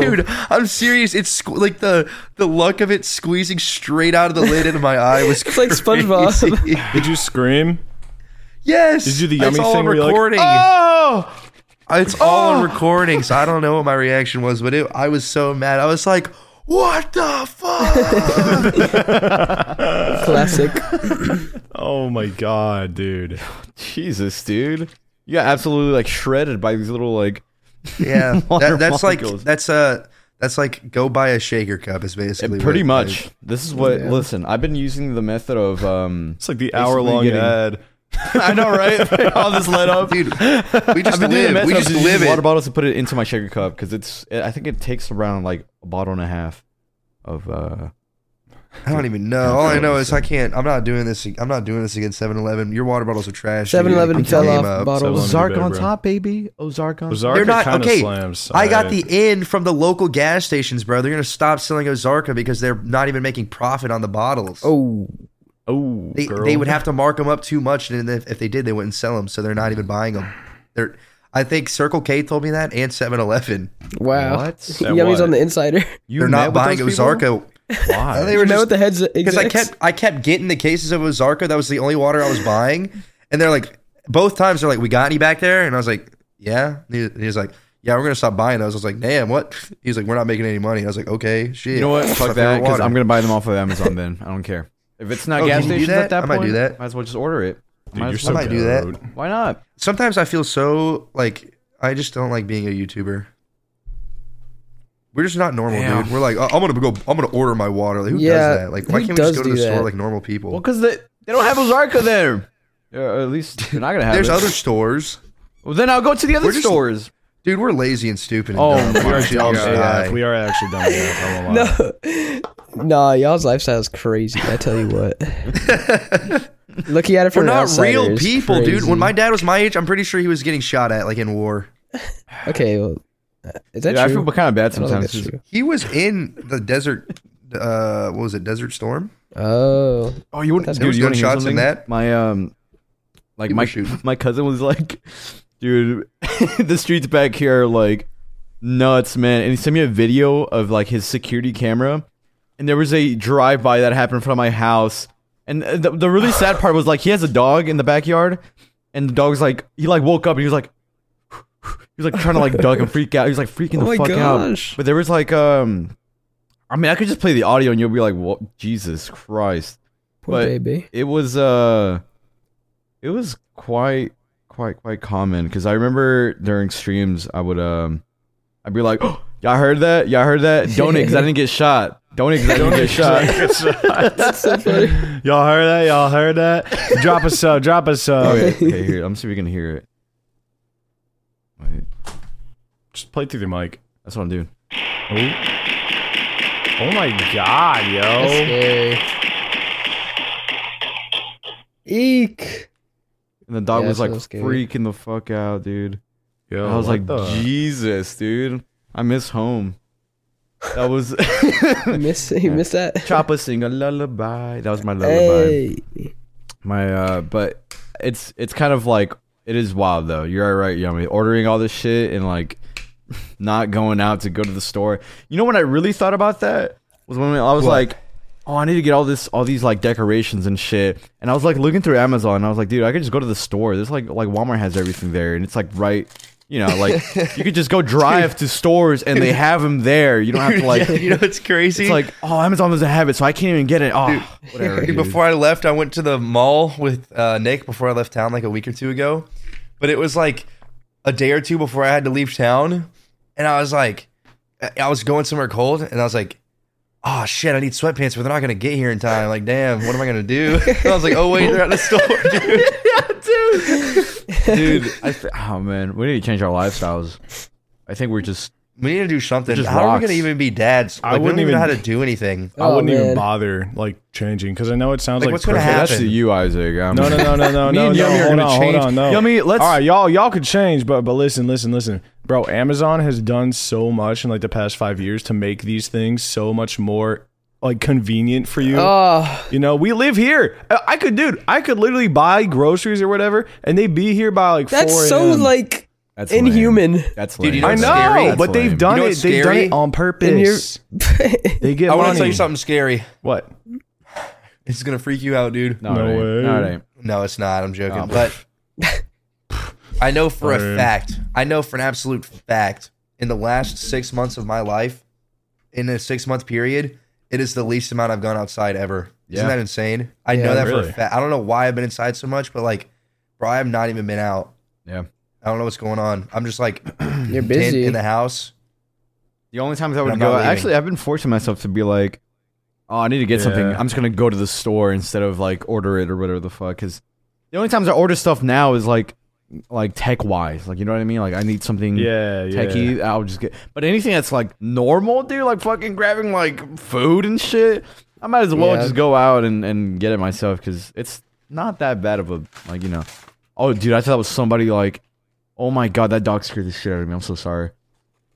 S1: Dude, I'm serious. It's squ- like the the luck of it squeezing straight out of the lid into my eye was
S2: It's like SpongeBob.
S1: crazy.
S4: Did you scream?
S1: yes.
S4: Did you do the
S1: It's
S4: yummy
S1: all
S4: thing where you're like, Ah!
S1: recording.
S4: Oh!
S1: It's all on recording, so I don't know what my reaction was, but it, I was so mad. I was like, "What the fuck?"
S2: Classic.
S4: Oh my god, dude.
S3: Jesus, dude. You got absolutely like shredded by these little like
S1: yeah,
S3: Water
S1: that, that's like
S3: molecules.
S1: that's uh that's like go buy a shaker cup is basically what
S3: pretty
S1: it-
S3: much. This is what listen, I've been using the method of um
S4: It's like the hour long
S3: getting-
S4: ad.
S3: I know, right? All this let up.
S1: dude. We just
S3: I've been doing the
S1: live.
S3: method
S1: We
S3: of
S1: just
S3: using
S1: live
S3: water
S1: it.
S3: bottles to put it into my shaker cup because it's I think it takes around like a bottle and a half of uh
S1: I don't even know. All I know is I can't. I'm not doing this. I'm not doing this against 7-Eleven. Your water bottles are trash. dude.
S2: 7-Eleven
S1: I'm
S2: fell
S1: game
S2: off
S1: up.
S2: bottles.
S4: Seven-
S3: Ozark
S4: bed,
S3: on
S4: bro.
S3: top, baby. Ozark on
S4: Ozarka
S1: They're not
S4: kinda
S1: okay.
S4: slams.
S1: I got
S4: Alright.
S1: the in from the local gas stations, bro. They're gonna stop selling Ozarka because they're not even making profit on the bottles.
S2: Oh,
S4: Oh,
S1: they,
S4: girl.
S1: they would have to mark them up too much, and if, if they did, they wouldn't sell them. So they're not even buying them. They're, I think Circle K told me that, and 7-Eleven.
S2: wow.
S3: What?
S4: That
S2: Yummy's
S4: what?
S2: on the insider.
S3: You
S1: They're not
S3: met
S1: buying
S3: with those people?
S1: Ozarka.
S3: Why?
S1: They were
S2: You know
S1: just
S2: what the heads
S1: because I
S2: execs-
S1: kept I kept getting the cases of Ozarka. That was the only water I was buying, and they're like, both times they're like, "We got any back there?" And I was like, "Yeah." And he, and he was like, "Yeah, we're gonna stop buying those." I was like, "Damn, what?" He's like, "We're not making any money." I was like, "Okay, shit."
S3: You know what?
S1: It's my
S3: Fuck that.
S1: favorite
S3: Because
S1: water.
S3: I'm gonna buy them off of Amazon. Then I don't care. If it's not
S1: Oh,
S3: gas
S1: can you do
S3: stations
S1: that?
S3: at that
S1: I might
S3: point,
S1: do that.
S3: Might as well just order it.
S4: Dude,
S3: Might
S4: you're
S3: as
S4: so
S1: I
S3: well.
S1: might do that.
S4: goat.
S3: Why not?
S1: Sometimes I feel so like I just don't like being a YouTuber. We're just not normal,
S3: Yeah.
S1: dude. We're like, "Oh, I'm gonna go. I'm gonna order my water. Like, who
S2: Yeah,
S1: does that? Like, why
S2: who
S1: can't we just
S2: does
S1: go to the
S2: do
S1: store
S2: that?
S1: like normal people?
S3: Well, because they, they don't have Ozarka there. Yeah, or at least they're not gonna have.
S1: There's
S3: it.
S1: other stores,
S3: Well, then I'll go to the other
S1: We're just-
S3: stores.
S1: dude. We're lazy and stupid. And
S3: Oh,
S1: dumb.
S3: we are
S1: Shit,
S3: dumb
S1: God.
S4: AF. We are actually dumb. AF, I won't lie.
S2: no, nah, y'all's lifestyle is crazy. I tell you what. Looking at it
S1: We're
S2: from an
S1: not
S2: outsider
S1: real
S2: is
S1: people, dude.
S2: crazy.
S1: When my dad was my age, I'm pretty sure he was getting shot at, like in war.
S2: okay, well, uh, is that
S3: Dude, I
S2: true?
S3: feel kind of bad
S2: I don't think
S3: sometimes.
S2: that's true.
S1: He was in the desert. Uh, what was it? Desert Storm.
S2: Oh,
S3: Oh, you want
S2: That's-
S3: dude?
S1: There was
S3: you want to hear
S1: gunshots in
S3: something?
S1: that.
S3: My um, like
S1: People
S3: my
S1: shoot.
S3: my cousin was like, dude, the streets back here are like nuts, man. And he sent me a video of like his security camera, and there was a drive by that happened in front of my house. And uh, the, the really sad part was like he has a dog in the backyard, and the dog's like he like woke up and he was like. He was like trying to like duck and freak out. He was like freaking
S2: Oh
S3: the
S2: my
S3: fuck
S2: gosh.
S3: out. But there was like um, I mean I could just play the audio and you'll be like, "What? Jesus Christ!"
S2: poor
S3: But-
S2: baby.
S3: it was uh it was quite quite quite common because i remember during streams i would um i'd be like oh, y'all heard that y'all heard that donate because i didn't get shot donate because i didn't
S2: e-,
S3: get shot
S2: That's so funny.
S4: Y'all heard that? Y'all heard that? drop a sub. Drop a sub.
S3: okay, Oh, okay here i'm see if you can hear it Wait,
S4: Just play through the mic.
S3: that's what i'm doing
S4: Oh. Oh my god, yo.
S2: Eek.
S3: and the dog
S2: Yeah,
S3: was
S2: that's
S3: like
S2: so scary.
S3: freaking the fuck out dude
S4: Yo,
S3: i was
S4: what
S3: like
S4: the-
S3: jesus dude i miss home that was
S2: You miss you miss that.
S3: choppa sing a lullaby that was my lullaby
S2: Hey.
S3: My uh but it's it's kind of like it is wild though. You're right, Yummy. Ordering all this shit and like not going out to go to the store. You know when I really thought about that was when I was like, Oh, I need to get all this all these like decorations and shit. And I was like looking through Amazon and I was like, dude, I could just go to the store. There's like like Walmart has everything there and it's like right you know, like you could just go drive to stores and they have them there. You don't have to like
S1: you know, it's crazy.
S3: it's like, oh Amazon doesn't have it, so I can't even get it. Oh whatever.
S1: Dude,
S3: dude.
S1: before I left, I went to the mall with uh, Nick before I left town like a week or two ago. But it was like a day or two before I had to leave town. And I was like, I- I was going somewhere cold, and I was like, "Oh shit, I need sweatpants, but they're not gonna get here in time." Like, damn, what am I gonna do? And I was like, "Oh wait, they're at the store, dude."
S3: dude. I th- oh man, we need to change our lifestyles. I think we're just
S1: We need to do something.
S3: Just
S1: how are we
S3: rocks.
S1: gonna even be dads? Like,
S4: I
S1: we don't
S4: wouldn't
S1: even know how
S4: even-
S1: to do anything.
S4: I wouldn't
S2: Oh, man.
S4: even bother like changing because I know it sounds
S1: Like,
S4: like,
S1: what's gonna
S4: perfect-
S1: happen?
S4: That's-
S1: That's to
S3: you, Isaac. I'm,
S4: No, no, no, no, no,
S3: Me
S4: no,
S3: and
S4: no.
S3: Yummy are
S4: hold
S3: gonna
S4: on, hold
S3: change.
S4: on, no.
S3: Yummy, let's-
S4: All right, y'all, y'all could change, but but listen, listen, listen, bro. Amazon has done so much in like the past five years to make these things so much more like convenient for you.
S2: Oh,
S4: You know, we live here. Uh, I I could, dude. I could literally buy groceries or whatever, and they'd be here by like.
S2: that's
S4: 4
S2: so
S4: a.m.
S2: like
S3: That's
S2: inhuman.
S3: That's
S1: Dude, you
S3: lame.
S4: I
S1: That's
S4: know,
S1: scary. That's
S4: but they've
S3: lame.
S4: done
S1: You know
S4: it.
S1: what's
S4: They've done
S1: scary?
S4: it on purpose. They get
S1: I want
S4: money.
S1: to tell you something scary.
S4: What?
S3: Mm.
S1: It's gonna freak you out, dude.
S3: No,
S4: No
S3: it ain't.
S4: way.
S3: No, it ain't.
S1: No, it's not. I'm joking.
S3: Oh.
S1: But I know for a
S4: Lame.
S1: fact, I know for an absolute fact, in the last six months of my life, in a six month period, it is the least amount I've gone outside ever. Isn't
S3: Yeah.
S1: that insane? I
S2: Yeah,
S1: know that for
S4: really.
S1: a fact. I don't know why I've been inside so much, but like, bro, I have not even been out.
S3: Yeah.
S1: I don't know what's going on. I'm just like
S2: You're
S1: in,
S2: busy.
S1: in the house.
S3: The only times I
S1: I'm
S3: would
S1: not
S3: go,
S1: leaving.
S3: actually, I've been forcing myself to be like, oh, I need to get something.
S4: Yeah.
S3: I'm just gonna go to the store instead of like order it or whatever the fuck. Because the only times I order stuff now is like, like tech wise, like you know what I mean. Like I need something.
S4: Yeah, yeah.
S3: Techie, I'll just get. But anything that's like normal, dude, like fucking grabbing like food and shit, I might as well
S2: Yeah.
S3: just go out and, and get it myself because it's not that bad of a like you know. Oh, dude, I thought it was somebody like, oh my god, that dog scared the shit out of me. I'm so sorry.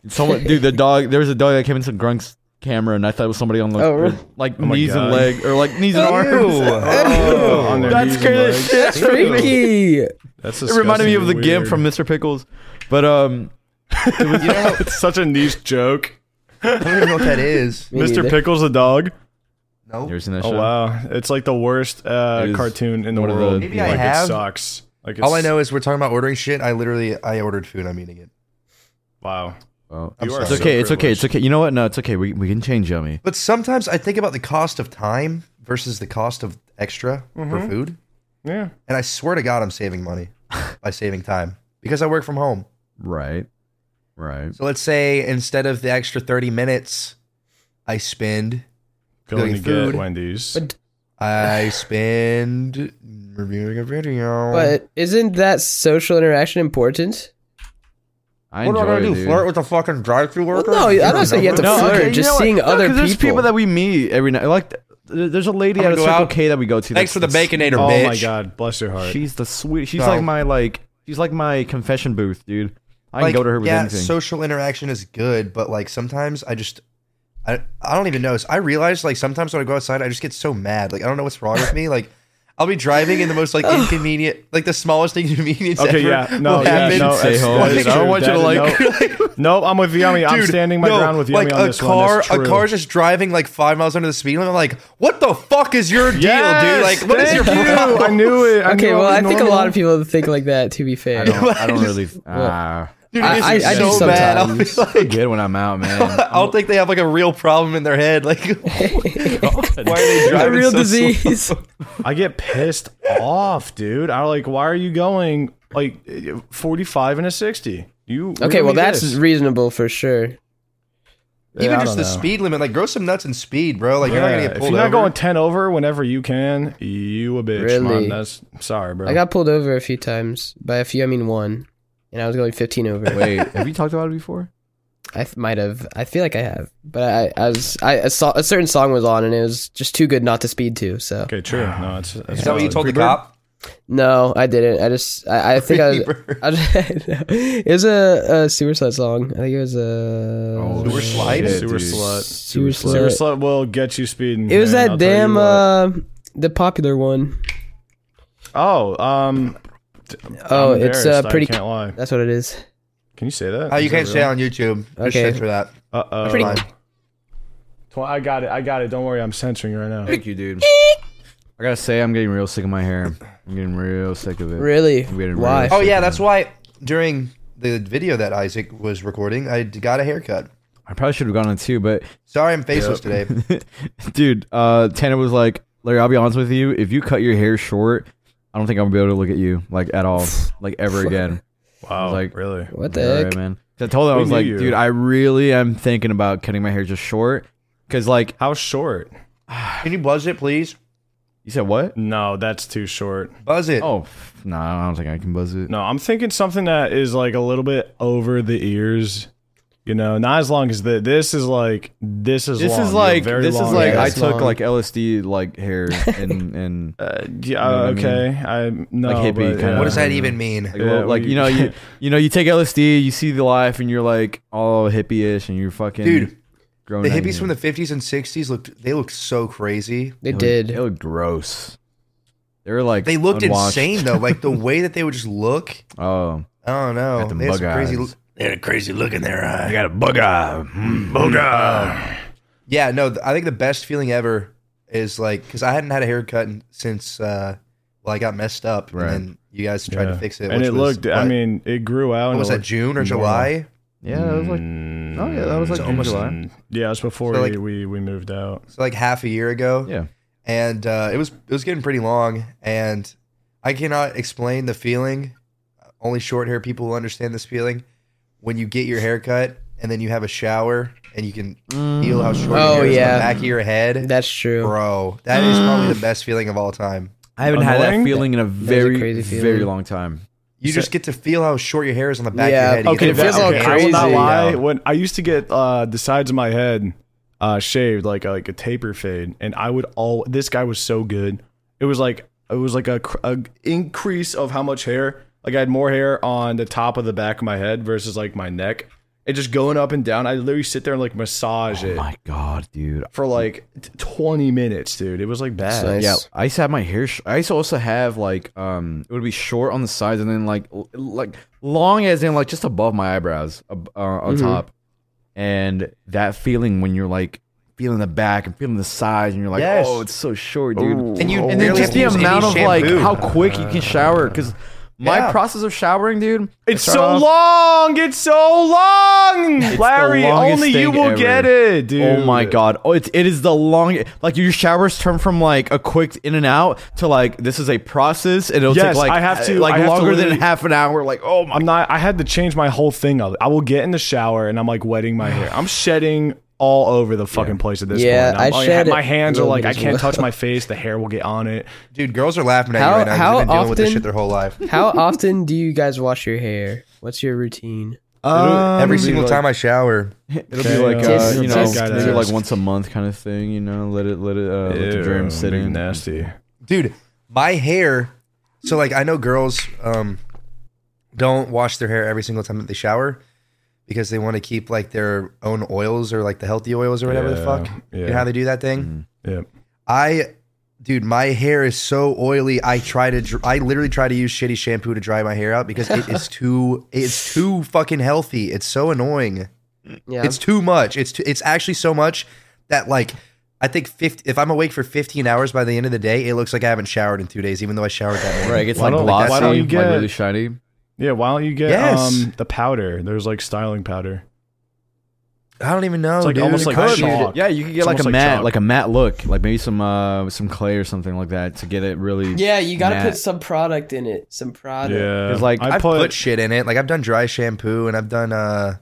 S3: Someone, dude, the dog. There was a dog that came into Grunk's camera, and I thought it was somebody on like,
S2: Oh, really?
S3: like
S4: my
S3: knees and
S4: God.
S3: leg or like knees and arms.
S4: Oh, on their
S3: That
S4: knees and
S3: scared the
S4: legs.
S3: shit out of me.
S2: Freaky.
S4: That's
S3: It reminded me of the
S4: disgustingly
S3: gimp
S4: weird.
S3: from Mr. Pickles, but um,
S4: it's such a niche joke.
S1: I don't even know what that is.
S2: Me
S4: Mr.
S2: neither.
S4: Pickles the dog.
S1: No.
S3: you ever seen that
S4: Oh
S3: show?
S4: wow, it's like the worst uh,
S3: It is
S4: cartoon in the
S3: one of the-
S4: world.
S1: Maybe I
S4: like,
S1: have.
S4: It sucks. Like it's,
S1: All I know is we're talking about ordering shit. I literally I ordered food. I'm eating it.
S4: Wow.
S3: Wow.
S1: I'm
S4: You are
S1: sorry.
S3: It's okay. It's okay. It's okay. You know what? No, it's okay. We, we can change yummy.
S1: But sometimes I think about the cost of time versus the cost of extra for food,
S4: Yeah.
S1: and I swear to God, I'm saving money by saving time because I work from home.
S3: Right. Right.
S1: So let's say instead of the extra 30 minutes, I spend
S4: Going
S1: Getting
S4: to
S1: food.
S4: get Wendy's.
S2: But-
S1: I spend reviewing a video.
S2: But isn't that social interaction important?
S3: I
S1: what am I
S3: enjoy
S1: gonna
S3: it.
S1: do?
S3: dude.
S1: Flirt with a fucking drive-through
S2: Well,
S1: worker?
S2: no, I don't say you have to
S3: No,
S2: flirt,
S3: okay, you
S2: just
S3: know what?
S2: seeing
S3: No,
S2: other
S3: 'cause There's people
S2: people.
S3: that we meet every night. Like, th- there's a lady
S1: I'm
S3: at
S1: gonna
S3: a
S1: go
S3: Circle
S1: out.
S3: K that we go to.
S1: Thanks for the
S3: that's-
S1: bacon
S4: oh
S1: eater, bitch.
S4: my god, bless your heart.
S3: She's the sweet. She's
S1: No.
S3: like my like. She's like my confession booth, dude. I
S1: Like,
S3: can go to her with
S1: yeah,
S3: anything.
S1: social interaction is good, but like sometimes I just, I, I don't even know. I realize like sometimes when I go outside, I just get so mad. Like I don't know what's wrong with me. Like I'll be driving in the most like inconvenient, like the smallest inconvenience.
S4: okay,
S1: ever
S4: yeah. No,
S1: will
S4: yeah,
S1: happen.
S4: no.
S3: Stay
S4: that's-
S3: home.
S4: that
S1: Like,
S4: is
S3: I don't
S4: true.
S3: want you
S4: That
S3: to,
S4: is-
S3: like-
S4: no. Nope, I'm with Yami. I'm
S1: Dude,
S4: standing my
S1: no,
S4: ground with Yami
S1: like
S4: on
S1: a
S4: this
S1: car,
S4: one. That's true.
S1: a car's just driving like five miles under the speed limit. I'm like, what the fuck is your deal,
S4: Yes,
S1: dude? Like, what is your
S4: thank you.
S1: problem?
S4: I knew it. I
S2: Okay,
S4: knew
S2: well, I
S4: was
S2: think a lot
S4: normal.
S2: of people think like that. To be fair,
S3: I don't. I don't really. Ah,
S1: Dude,
S2: I-
S1: this
S2: I-
S1: is
S2: I do
S1: so bad. I'll be
S2: sometimes.
S1: like,
S3: good when I'm out, man.
S1: I don't think they have like a real problem in their head. Like, why are they
S2: a
S1: driving
S2: real
S1: so
S2: disease.
S4: I get pissed off, dude. I'm like, why are you going like 45 and a 60? You
S2: okay, well,
S4: really
S2: that's
S4: this?
S2: reasonable for sure.
S4: Yeah,
S1: Even
S4: I
S1: just the
S4: don't know.
S1: speed limit, like grow some nuts in speed, bro. Like you're not gonna
S4: Yeah,
S1: get
S4: if
S1: pulled
S4: you're not
S1: over.
S4: going 10 over whenever you can, you a bitch,
S2: Really?
S4: man. That's sorry, bro.
S2: I got pulled over a few times. By a few, I mean one. And I was going 15 over.
S3: Wait, have you talked about it before?
S2: I th- might have. I feel like I have. But I, I was. I, a, so- a certain song was on, and it was just too good not to speed to. So
S4: okay, true. No, it's, it's
S1: is that what you
S4: valid.
S1: told the
S4: Free bird?
S1: cop?
S2: no, I didn't. I just. I, I think I. I just, it was a, a sewer slut song. I think it was a
S4: Oh,
S1: Sewer
S3: Oh, shit,
S1: slide?
S3: dude.
S4: Sewer slut.
S2: sewer slut.
S4: Sewer slut will get you speeding.
S2: It was
S4: man,
S2: that
S4: I'll tell you
S2: damn
S4: what.
S2: uh, the popular one.
S4: oh, um.
S2: Oh,
S4: I'm
S2: it's uh,
S4: embarrassed,
S2: pretty.
S4: I can't lie.
S2: That's what it is.
S4: Can you say that?
S1: Oh, you can't say it on YouTube. Just
S2: Okay.
S1: censor that.
S4: Uh oh.
S1: Pretty-
S4: I got it. I got it. Don't worry. I'm censoring right now.
S3: Thank you, dude. I gotta say, I'm getting real sick of my hair. I'm getting real sick of it.
S2: Really?
S3: I'm getting
S2: Why?
S3: real
S1: Oh
S3: sick
S1: yeah,
S3: of
S1: that's
S3: it.
S1: why during the video that Isaac was recording, I d- got a haircut.
S3: I probably should have gone on too, but
S1: Sorry, I'm faceless today.
S3: dude, uh, Tanner was like, Larry, I'll be honest with you. If you cut your hair short, I don't think I'm gonna be able to look at you like at all, like ever again.
S4: Wow.
S3: like-
S4: really?
S2: What the
S3: All
S2: heck?
S3: right, man. 'Cause I told her I
S4: We
S3: was
S4: knew
S3: like,
S4: you.
S3: dude, I really am thinking about cutting my hair just short. Cause like
S4: How short?
S1: Can you buzz it, please?
S3: you said, what?
S4: No, that's too short.
S1: Buzz it.
S3: Oh no, I don't think I can buzz it.
S4: No, I'm thinking something that is like a little bit over the ears. You know, not as long as the. This is like this is
S3: This
S4: long,
S3: is
S4: you know,
S3: like
S4: very
S3: this is
S4: long.
S3: like
S2: Yeah,
S3: I
S2: it's
S3: took
S2: long.
S3: like LSD like hair and and
S4: Uh,
S3: You
S4: yeah,
S3: know what I mean?
S4: okay. I no.
S3: Like
S4: but,
S3: hippie kinda.
S4: yeah.
S1: what does that even mean?
S3: like, a little-
S4: Yeah,
S3: like
S4: we-
S3: you know you you know you take LSD, you see the life, and you're like all hippie-ish, and you're fucking
S1: Dude,
S3: Growing
S1: The
S3: out of
S1: hippies
S3: here.
S1: from the 50s and 60s looked they looked so crazy.
S2: They
S3: They looked- They
S2: did.
S3: looked gross. They were like
S1: They looked
S3: unwashed.
S1: insane though. Like the way that they would just look. I
S3: Oh,
S1: don't know.
S3: Got them
S1: They had
S3: bug
S1: some crazy
S3: eyes.
S1: they had a crazy look in their eye. Mm-hmm.
S3: got a bug eye. Hmm, bug eye.
S1: Yeah, no, th- I think the best feeling ever is like because I hadn't had a haircut in, since uh, well, I got messed up,
S3: Right.
S1: and then you guys tried to
S4: Yeah.
S1: fix it,
S4: and
S1: which
S4: it
S1: was,
S4: looked. I
S1: what-
S4: mean, it grew out.
S1: what
S4: and
S1: was
S4: it
S1: that
S4: looked
S1: June or
S4: normal.
S1: July?
S3: Yeah, that was like oh yeah, that was
S1: Mm, It's
S3: like June,
S1: almost-
S3: July.
S4: yeah, it was before
S1: So,
S4: we,
S1: like-
S4: we we moved out.
S1: So like half a year ago,
S3: Yeah,
S1: and uh, it was it was getting pretty long, and I cannot explain the feeling. Only short hair people will understand this feeling when you get your haircut and then you have a shower and you can feel how short your hair is
S2: Oh,
S1: on
S2: yeah. Mm.
S1: the back of your head.
S2: That's true.
S1: Bro, that is probably the best feeling of all time.
S3: I haven't had that
S4: Annoying?
S3: feeling in a very
S2: crazy
S3: very
S2: feeling.
S3: long time.
S1: You just get to feel how short your hair is on the back
S2: Yeah,
S1: of your head. You
S2: okay,
S1: get
S2: it
S1: to
S4: that-
S2: feels
S1: feel
S2: all
S1: it.
S4: I will not
S2: crazy.
S4: lie.
S1: Yeah.
S4: When I used to get uh, the sides of my head uh, shaved like a, like a taper fade, and I would all this guy was so good. It was like it was like a, cr- a increase of how much hair. Like I had more hair on the top of the back of my head versus like my neck. It just going up and down. I literally sit there and like
S1: Oh
S4: massage it
S3: My God, dude.
S4: for like t- twenty minutes, dude. It was like bad.
S2: Nice.
S3: Yeah, I used to have my hair. Sh- I used to also have like um, it would be short on the sides and then like l- like long as in like just above my eyebrows ab- uh, on top, and that feeling when you're like feeling the back and feeling the sides and you're like,
S1: Yes.
S3: oh, it's so short, dude.
S1: And you
S3: And then
S1: barely
S3: just the
S1: have to use
S3: amount of
S1: any
S3: like
S1: shampoo.
S3: how quick you can shower because my
S1: Yeah.
S3: process of showering, dude, oh
S4: It's
S3: I start
S4: so
S3: off-
S4: long. It's so long,
S3: the
S4: Larry.
S3: longest
S4: Only you
S3: thing
S4: will
S3: ever.
S4: get it, dude.
S3: Oh my god! Oh, it's it is the long like your showers turn from like a quick in and out to like this is a process and it'll
S4: Yes,
S3: take like
S4: I have to-
S3: like
S4: I have to
S3: longer than
S4: literally-
S3: half an hour. Like oh my,
S4: I'm not. I had to change my whole thing up. I will get in the shower and I'm like wetting my hair. I'm shedding all over the fucking place at this
S2: Yeah,
S4: point. I'm-
S2: I shed
S4: My
S2: it
S4: hands
S2: a
S4: are
S2: little
S4: like
S2: bit
S4: I
S2: as
S4: can't
S2: well.
S4: touch my face. The hair will get on it.
S1: Dude, girls are laughing at
S2: How-
S1: you right now.
S2: how
S1: You've been dealing with this
S2: often-
S1: shit their whole life.
S2: How often do you guys wash your hair? What's your routine?
S1: Every single time I shower,
S3: it'll
S4: okay,
S3: be like
S2: just-
S3: uh, you know
S2: just-
S3: maybe
S4: just-
S3: like once a month kind of thing. You know, let it let it uh, let the germ sit in.
S4: Nasty.
S1: dude, my hair. So like, I know girls um, don't wash their hair every single time that they shower because they want to keep like their own oils or like the healthy oils or whatever the
S4: Yeah,
S1: fuck. You
S4: yeah. Mm-hmm.
S1: know how they do that thing.
S4: Yeah.
S1: I, dude, my hair is so oily. I try to, dr- I literally try to use shitty shampoo to dry my hair out because it is too, it's too fucking healthy. It's so annoying.
S2: Yeah,
S1: It's too much. It's too, it's actually so much that like I think 50, if I'm awake for 15 hours by the end of the day, it looks like I haven't showered in two days, even though I showered that morning.
S3: Right, it gets
S4: Why
S3: like
S4: don't- like,
S3: glossy,
S4: why don't you
S3: like
S4: get-
S3: really shiny.
S4: Yeah. Why don't you get
S1: Yes.
S4: um the powder? There's like styling powder.
S1: I don't even know.
S4: It's like
S1: dude.
S4: almost like
S1: It could.
S4: chalk.
S3: Yeah, you could get
S4: It's
S3: like a
S4: almost like
S3: matte,
S4: chalk.
S3: like a matte look, like maybe some uh some clay or something like that to get it really.
S2: yeah. You gotta
S3: matte.
S2: put some product in it. Some product.
S4: Yeah.
S3: It's like-
S4: I
S1: I've
S4: put.
S1: put shit in it. Like I've done dry shampoo and I've done uh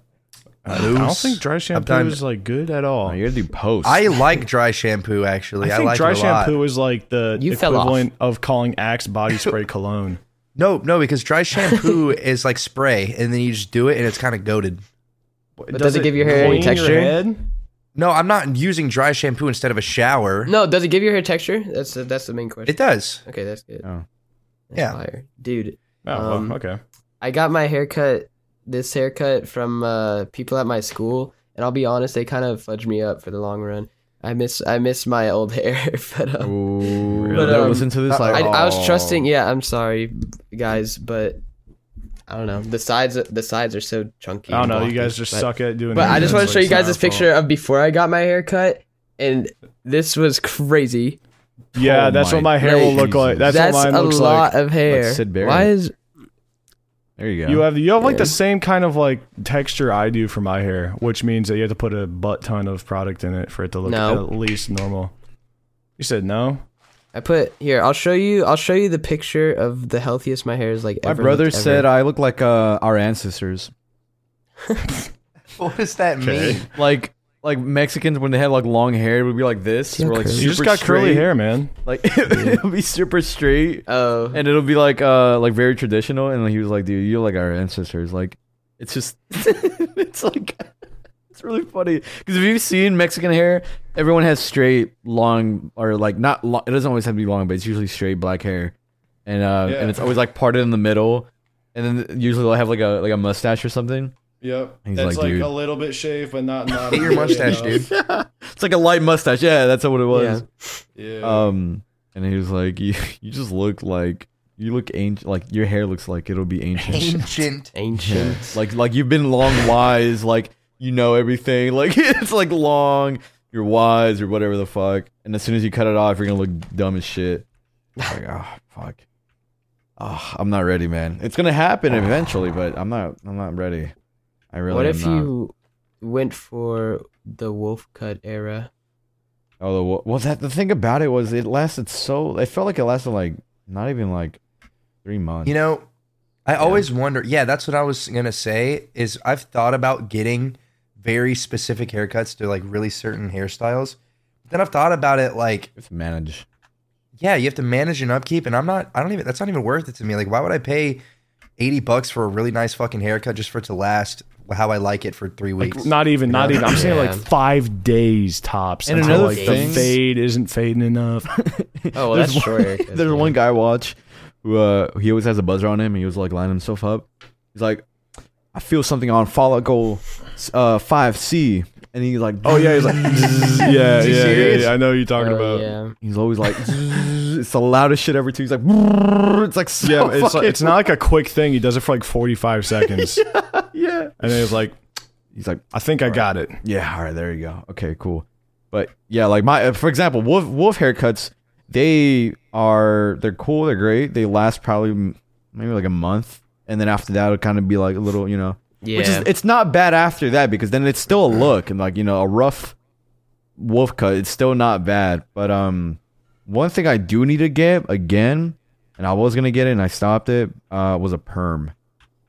S4: I don't
S1: loose.
S4: think dry shampoo
S1: done-
S4: is like good at
S3: Oh,
S4: all.
S3: you gotta do post.
S1: I like dry shampoo actually. I,
S4: I think
S1: like
S4: dry
S1: it a lot.
S4: shampoo is like the
S2: You fell off.
S4: equivalent of calling Axe body spray cologne.
S1: No, no, because dry shampoo is like spray, and then you just do it, and it's kind of goaded.
S2: But does, it give your hair any
S4: clean your
S2: texture?
S4: head?
S1: No, I'm not using dry shampoo instead of a shower.
S2: No. Does it give your hair texture? That's that's the main question.
S1: It does.
S2: okay, that's good.
S3: Oh.
S2: That's
S1: Yeah.
S2: fire. dude.
S4: Oh, well,
S2: Um,
S4: okay.
S2: I got my haircut, this haircut from uh, people at my school, and I'll be honest, they kind of fudged me up for the long run. I miss I miss my old hair, but um,
S3: Ooh,
S4: But,
S3: don't
S2: um,
S3: listen to this. Like,
S2: I, I was
S3: oh.
S2: trusting. Yeah, I'm sorry, guys, but I don't know. The sides the sides are so chunky.
S4: I
S2: and
S4: don't know. You
S2: bulky,
S4: guys just
S2: but-
S4: suck at doing.
S2: But I just
S4: haircuts,
S2: want to show
S4: like,
S2: you guys
S4: it's
S2: this
S4: not
S2: picture
S4: our
S2: of before I got my haircut, and this was crazy.
S4: fault. Yeah,
S3: Oh
S4: that's what
S3: my
S4: my hair will
S3: Jesus.
S4: look like. That's,
S2: That's
S4: what mine
S2: a
S4: looks
S2: lot
S4: like.
S2: of hair.
S3: Sid Barrett.
S2: Why is
S3: There you go.
S4: You have you have like the same kind of like texture I do for my hair, which means that you have to put a butt ton of product in it for it to look
S2: No.
S4: at least normal. You said no.
S2: I put here. I'll show you. I'll show you the picture of the healthiest my hair is like.
S3: My
S2: ever
S3: brother
S2: looked, ever.
S3: said I look like uh, our ancestors,
S1: What does that
S4: Okay.
S1: mean?
S3: like like Mexicans when they had like long hair it would be like this.
S2: Yeah,
S3: or, like
S2: curly.
S4: You just
S3: super
S4: got curly
S3: straight.
S4: hair, man.
S3: Like it'll be super straight,
S2: "Oh,
S3: and it'll be like uh like very traditional. And he was like, "Dude, you're like our ancestors." Like it's just it's like it's really funny because if you've seen Mexican hair, everyone has straight long or like not long. It doesn't always have to be long, but it's usually straight black hair, and uh
S4: Yeah.
S3: and it's always like parted in the middle, and then usually they'll have like a like a mustache or something.
S4: Yep.
S3: He's That's like, like dude. a
S4: little bit shaved, but not not.
S1: Get your mustache, dude.
S3: It's like a light mustache. Yeah, that's what it was.
S2: Yeah.
S4: Yeah.
S3: Um, and he was like, "You, you just look like you look ancient. Like your hair looks like it'll be ancient.
S1: Ancient.
S2: ancient."
S3: like like you've been long wise. Like you know everything. Like it's like long. You're wise or whatever the fuck. And as soon as you cut it off, you're gonna look dumb as shit. It's like oh fuck. Oh, I'm not ready, man. It's gonna happen eventually, but I'm not. I'm not ready. I really.
S2: what
S3: am
S2: if
S3: not.
S2: you went for the wolf cut era?
S3: Although, well, that the thing about it was it lasted so. It felt like it lasted like not even like three months.
S1: You know, I always wonder. Yeah, that's what I was gonna say. Is I've thought about getting very specific haircuts to like really certain hairstyles. Then I've thought about it like,
S3: It's manage.
S1: yeah, you have to manage and upkeep, and I'm not. I don't even. That's not even worth it to me. Like, why would I pay eighty bucks for a really nice fucking haircut just for it to last how I like it for three weeks?
S4: Like, not even, not even. I'm saying like
S2: Yeah.
S4: five days tops.
S3: And
S4: until,
S3: another
S4: like
S3: thing-
S4: the fade isn't fading enough.
S2: Oh, well,
S3: There's
S2: that's short.
S3: one,
S2: haircuts,
S3: there's
S2: man.
S3: one guy I watch who uh, he always has a buzzer on him. And he was like lining himself up. He's like, I feel something on follicle uh, five C, and he's like,
S4: oh yeah, he's like, yeah, yeah, yeah, yeah,
S1: serious?
S4: I know who you're talking
S2: Oh,
S4: about. Um,
S2: yeah.
S3: he's always like, it's the loudest shit ever too. He's like, it's like so
S4: Yeah, it's like,
S3: fucking-
S4: it's not like a quick thing. He does it for like 45 seconds,
S3: yeah.
S4: and then it's like,
S3: He's like,
S4: I think I got it.
S3: Yeah, all right, there you go. Okay, cool. But yeah, like my uh, for example, wolf wolf haircuts, they are they're cool, they're great. They last probably m- maybe like a month, and then after that, it'll kind of be like a little, you know,
S2: Yeah.
S3: which is it's not bad after that because then it's still a look and like you know a rough wolf cut. It's still not bad, but um, one thing I do need to get again, and I was gonna get it and I stopped it, uh, was a perm.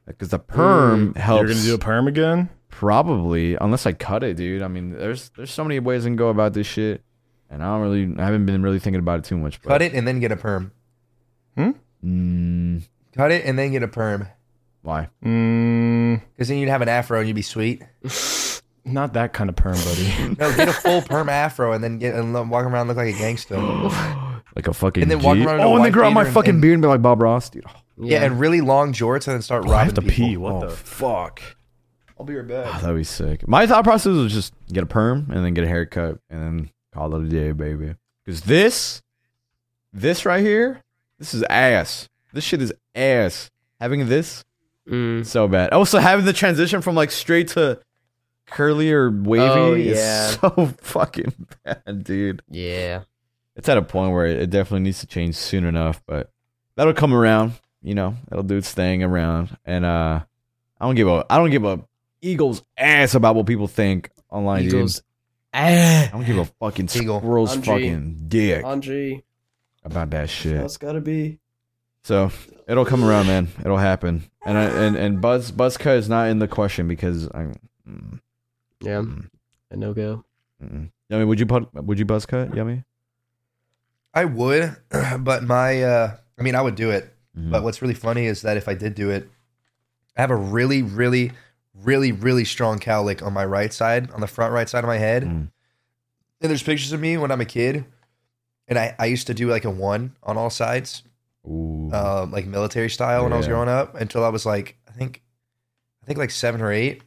S3: Because the perm helps
S4: You're gonna do a perm again?
S3: Probably, unless I cut it, dude. I mean, there's there's so many ways I can go about this shit, and I don't really, I haven't been really thinking about it too much. But
S1: Cut it and then get a perm.
S3: Mm,
S1: Cut it and then get a perm.
S3: why?
S4: Mm,
S1: Because then you'd have an afro and you'd be sweet.
S4: not that kind of perm, buddy.
S1: No, get a full perm afro and then get and lo- walk around and look like a gangster. and
S3: Like a fucking.
S1: then walk
S3: G?
S1: around. in a
S3: Oh, and
S1: white
S3: then grow out my
S1: beater and-
S3: fucking
S1: and-
S3: beard and be like Bob Ross, dude. Oh,
S1: Yeah, and really long jorts and then start robbing
S4: I have to
S1: people.
S4: pee. What
S3: oh,
S4: the?
S3: fuck?
S1: I'll be right back.
S3: Ah, That'd be sick. My thought process was just get a perm and then get a haircut and then call it a day, baby. Because this, this right here, this is ass. This shit is ass. Having this
S2: Mm.
S3: so bad. Also, having the transition from like straight to curly or wavy
S2: Oh, yeah.
S3: is so fucking bad, dude.
S2: Yeah.
S3: It's at a point where it definitely needs to change soon enough, but that'll come around. You know, that'll do its thing around. And uh, I don't give a I don't give a eagle's ass about what people think online,
S2: Eagles.
S3: dude.
S2: Ah.
S3: I don't give a fucking
S1: Eagle.
S3: squirrel's
S2: Andre.
S3: fucking dick
S2: Andre.
S3: about that shit.
S2: gotta be.
S3: So it'll come around, man. It'll happen. And I, and and Buzz Buzz cut is not in the question because I'm. mm,
S2: Yeah.
S3: mm.
S2: A no go.
S3: Mm-mm. Yummy, would you put, would you buzz cut? Yummy.
S1: I would, but my, uh, I mean, I would do it.
S4: Mm.
S3: Mm-hmm.
S1: But what's really funny is that if I did do it, I have a really, really, really, really strong cowlick on my right side, on the front right side of my head.
S3: Mm.
S1: And there's pictures of me when I'm a kid, and I, I used to do like a one on all sides.
S3: Ooh.
S2: uh,
S1: um, like military style when I was
S3: Yeah.
S1: growing up until I was like I think I think like seven or eight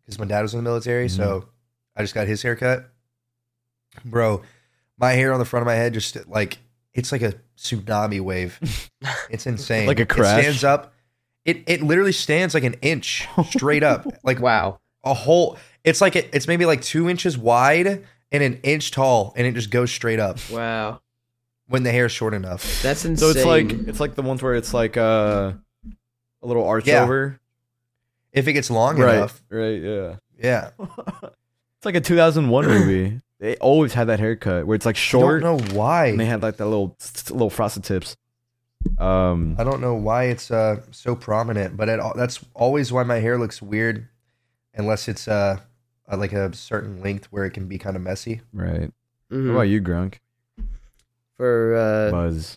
S1: because my dad was in the military, so
S3: Mm-hmm.
S1: I just got his haircut. Bro, my hair on the front of my head just like it's like a tsunami wave. it's insane.
S3: Like a crash?
S1: It stands up. It it literally stands like an inch straight up. Like
S2: Wow.
S1: a whole it's like it, it's maybe like two inches wide and an inch tall and it just goes straight up
S2: Wow.
S1: when the hair's short enough.
S2: That's insane.
S3: so it's like it's like the ones where it's like uh, a little arch
S1: Yeah.
S3: over.
S1: If it gets long
S3: Right.
S1: enough.
S3: Right. Yeah.
S1: Yeah.
S3: It's like a 2001 movie. They always had that haircut where it's like
S1: don't
S3: short
S1: know why.
S3: and they had like that little little frosted tips. Um,
S1: I don't know why it's uh, so prominent, but it, al- that's always why my hair looks weird, unless it's uh, uh, like a certain length where it can be kind of messy.
S3: right. What
S2: Mhm.
S3: about you, Grunk?
S2: For uh,
S3: Buzz.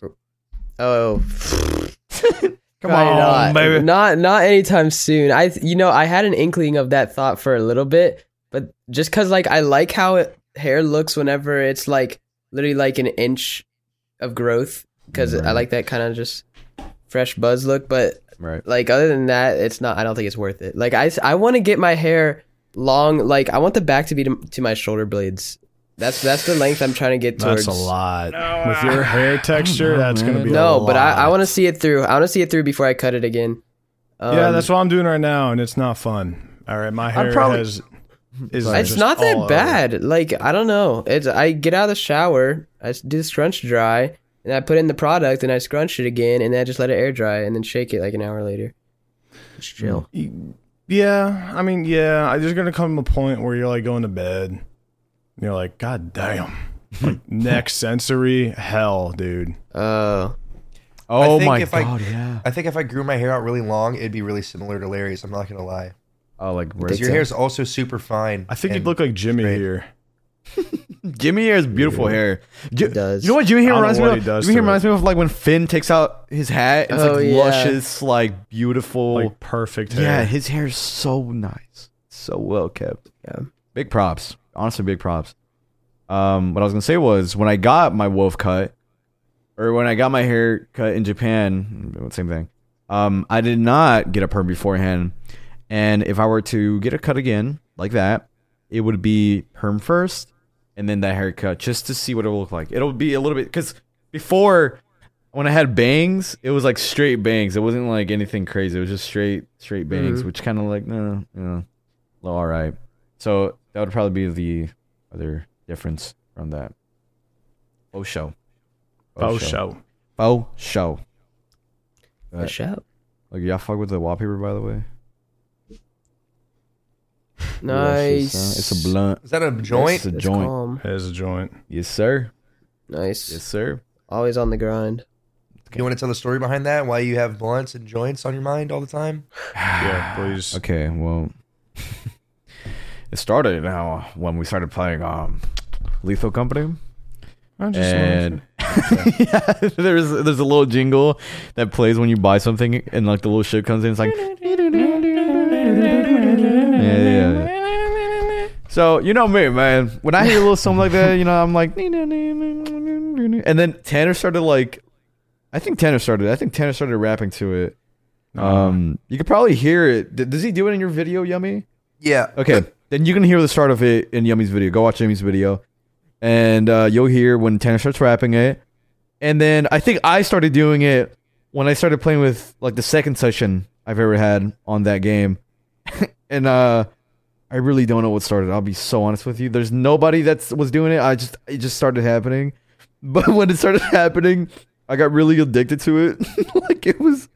S2: oh,
S3: Come
S2: probably
S3: on,
S2: not.
S3: baby.
S2: Not not anytime soon. I you know I had an inkling of that thought for a little bit, but just cause like I like how it, hair looks whenever it's like literally like an inch of growth, cause I
S3: Right.
S2: like that kind of just fresh buzz look. But
S3: Right.
S2: like other than that, it's not. I don't think it's worth it. Like I I want to get my hair long. Like I want the back to be to, to my shoulder blades. That's that's the length I'm trying to get towards.
S4: That's a lot. With your hair texture, that's going to be a
S2: No, but I, I
S4: lot.
S2: want to see it through. I want to see it through before I cut it again. Um,
S4: yeah, that's what I'm doing right now, and it's not fun. All right, my hair
S3: probably-
S4: has. Is
S2: It's
S4: just
S2: not
S4: all
S2: that
S4: over.
S2: bad. Like I don't know. It's I get out of the shower, I s- do the scrunch dry, and I put in the product, and I scrunch it again, and then I just let it air dry, and then shake it like an hour later. It's chill.
S4: Yeah, I mean, yeah, I- there's gonna come a point where you're like going to bed, and you're like, God damn, like, next sensory hell, dude.
S2: Oh,
S3: Oh
S1: I think
S3: my
S1: if I-
S3: god, yeah.
S1: I think if I grew my hair out really long, it'd be really similar to Larry's. I'm not gonna lie.
S3: Oh, like where's
S1: Because your hair's also super fine.
S4: I think
S1: and
S4: you'd look like Jimmy
S1: straight.
S4: here.
S3: Jimmy hair is beautiful hair. Ju-
S2: does.
S3: You know what Jimmy hair
S4: I don't know
S3: reminds me
S4: what
S3: of?
S4: he does
S3: Jimmy hair
S4: to it.
S3: reminds me of like when Finn takes out his hat. It's
S2: Oh,
S3: like
S2: yeah.
S3: luscious, like beautiful.
S4: Like perfect hair.
S3: yeah, his hair is so nice, so well kept.
S2: Yeah.
S3: big props. Honestly, big props. Um, what I was gonna say was when I got my wolf cut, or when I got my hair cut in Japan, same thing. Um, I did not get a perm beforehand, and if I were to get a cut again like that, it would be perm first, and then that haircut just to see what it will look like. It'll be a little bit because before when I had bangs, it was like straight bangs. It wasn't like anything crazy. It was just straight straight bangs, which kind of like no, you know, well, all right. So that would probably be the other difference from that. Oh show,
S4: Oh, show.
S3: oh show.
S2: a shout.
S3: Like y'all fuck with the wallpaper, by the way.
S2: Nice.
S3: It's a blunt.
S1: Is that a joint?
S3: It's a
S2: It's
S3: joint.
S2: calm.
S4: Has a joint.
S3: Yes, sir.
S2: Nice.
S3: Yes, sir.
S2: Always on the grind.
S1: You want to tell the story behind that? Why you have blunts and joints on your mind all the time?
S4: Yeah, please.
S3: Okay, well, it started now when we started playing um, Lethal Company.
S4: I just
S3: and yeah, there's there's a little jingle that plays when you buy something, and like the little shit comes in. It's like, yeah, yeah, yeah. So you know me, man. When I hear a little something like that, you know, I'm like, and then Tanner started like, I think Tanner started. I think Tanner started rapping to it. Um, you could probably hear it. D- Does he do it in your video, Yummy?
S1: Yeah.
S3: Okay, then you can hear the start of it in Yummy's video. Go watch Yummy's video, and uh, you'll hear when Tanner starts rapping it. And then I think I started doing it when I started playing with like the second session I've ever had on that game, and uh, I really don't know what started. I'll be so honest with you. There's nobody that was doing it. I just it just started happening, but when it started happening, I got really addicted to it. like it was,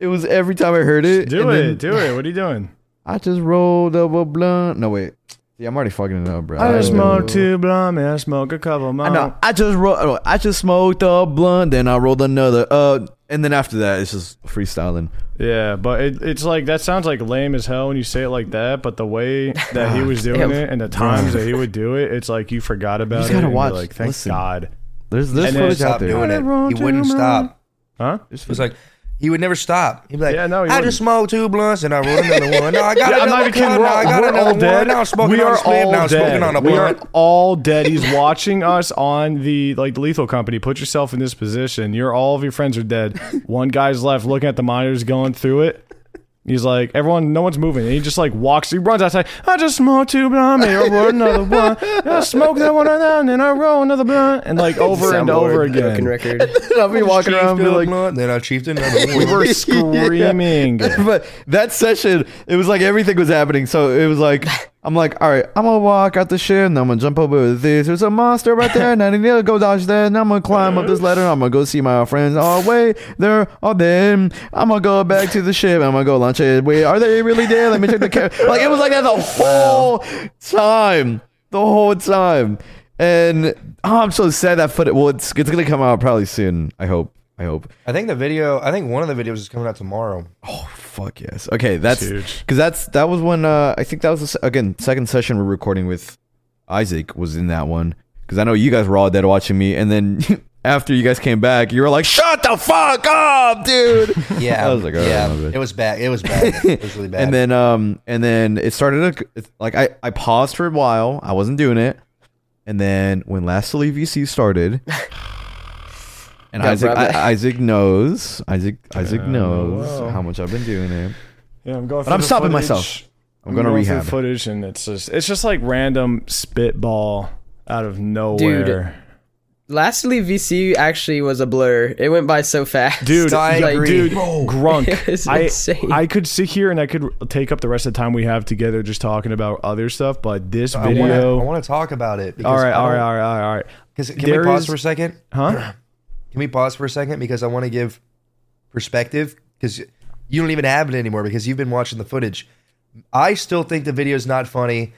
S3: it was every time I heard it.
S4: do
S3: and
S4: it.
S3: then-
S4: do it. What are you doing?
S3: I just rolled up a blunt. No wait, yeah, I'm already fucking it up, bro.
S4: I
S3: don't
S4: smoke
S3: know.
S4: two blunt, Oh. I smoke a couple
S3: I
S4: more.
S3: know. I just rolled. I just smoked a blunt, then I rolled another. Uh, and then after that, it's just freestyling.
S4: Yeah, but it, it's like that sounds like lame as hell when you say it like that. But the way that he was doing
S2: Damn.
S4: it and the times that he would do it, it's like you forgot about it.
S3: gotta
S4: and you're
S3: watch.
S4: Like, thank
S3: Listen.
S4: God.
S3: There's this
S4: And then
S3: footage out
S1: Stop
S3: there.
S1: doing it. He wouldn't stop.
S4: Huh?
S1: It was like he would never stop. He'd be like,
S4: Yeah, no, he
S1: I
S4: wouldn't.
S1: just smoked two blunts and I rolled another one. No, I got
S4: Yeah, I'm not
S1: another
S4: even kidding.
S1: one.
S4: We're
S1: No,
S4: all,
S1: I got
S4: we're
S1: another
S4: all
S1: one.
S4: dead.
S1: Now I'm smoking
S4: we
S1: on
S4: are
S1: a split.
S4: all
S1: Now I'm
S4: dead.
S1: smoking on a
S4: we are
S1: blunt.
S4: all dead. He's watching us on the like the lethal company. Put yourself in this position. You're all of your friends are dead. One guy's left looking at the monitors, going through it. He's like, everyone, no one's moving. And he just like walks, he runs outside. I just smoked two blunt, I rolled another one. I smoked that one out, and then I roll another blunt. And like over and over
S2: Soundboard, broken
S4: again.
S2: record.
S3: I'll be walking around and
S1: Chiefed
S3: be
S1: a
S3: like,
S1: blunt, then I chiefed another one.
S4: We were screaming.
S3: but that session, it was like everything was happening. So it was like, I'm like, all right, I'm gonna walk out the shit and I'm gonna jump over this. There's a monster right there, and I need to go dodge that. And I'm gonna climb up this ladder. And I'm gonna go see my friends. Oh wait, they're all dead. I'm gonna go back to the ship. I'm gonna go launch it. Wait, are they really dead? Let me check the camera. Like it was like that the whole time, the whole time. And oh, I'm so sad that footage. Well, it's it's gonna come out probably soon. I hope. I hope.
S1: I think the video. I think one of the videos is coming out tomorrow.
S3: Oh fuck yes. Okay, that's
S4: huge.
S3: because that's that was when uh, I think that was the, se- again second session we're recording with Isaac was in that one because I know you guys were all dead watching me, and then after you guys came back, you were like, "Shut the fuck up, dude."
S1: Yeah,
S3: I was like, "Oh,
S1: yeah,
S3: my bad."
S1: it was bad. It was bad. It was really bad.
S3: and then um and then it started to- it's like I I paused for a while. I wasn't doing it, and then when Last Leave VC started. And
S2: Got
S3: Isaac,
S2: brought back.
S3: I, Isaac knows. Isaac, Isaac
S4: Yeah,
S3: knows
S4: wow.
S3: how much I've been doing it.
S4: Yeah, I'm going.
S3: But I'm stopping myself. I'm gonna
S4: going through
S3: rehab.
S4: the footage, and it's just it's just like random spitball out of nowhere.
S2: Lastly, VC actually was a blur. It went by so fast.
S4: Dude,
S1: I
S4: yo,
S1: agree.
S4: dude,
S1: Bro.
S4: grunk.
S2: It's
S4: I
S2: insane.
S4: I could sit here and I could take up the rest of the time we have together just talking about other stuff, but this
S1: I wanna-
S4: video.
S1: I want to talk about it.
S4: all right, all right, all right, all right, all right.
S1: Because can
S4: There
S1: we pause
S4: is-
S1: for a second?
S4: Huh?
S1: Can we pause for a second because I want to give perspective because you don't even have it anymore because you've been watching the footage. I still think the video's not funny.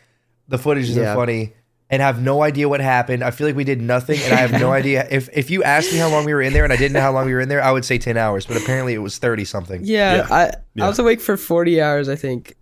S1: The footage isn't
S2: Yeah.
S1: funny. And I have no idea what happened. I feel like we did nothing, and I have no idea. If if you asked me how long we were in there, and I didn't know how long we were in there, I would say ten hours. But apparently, it was thirty something.
S2: yeah,
S4: Yeah.
S2: I
S4: Yeah.
S2: I was awake for forty hours. I think,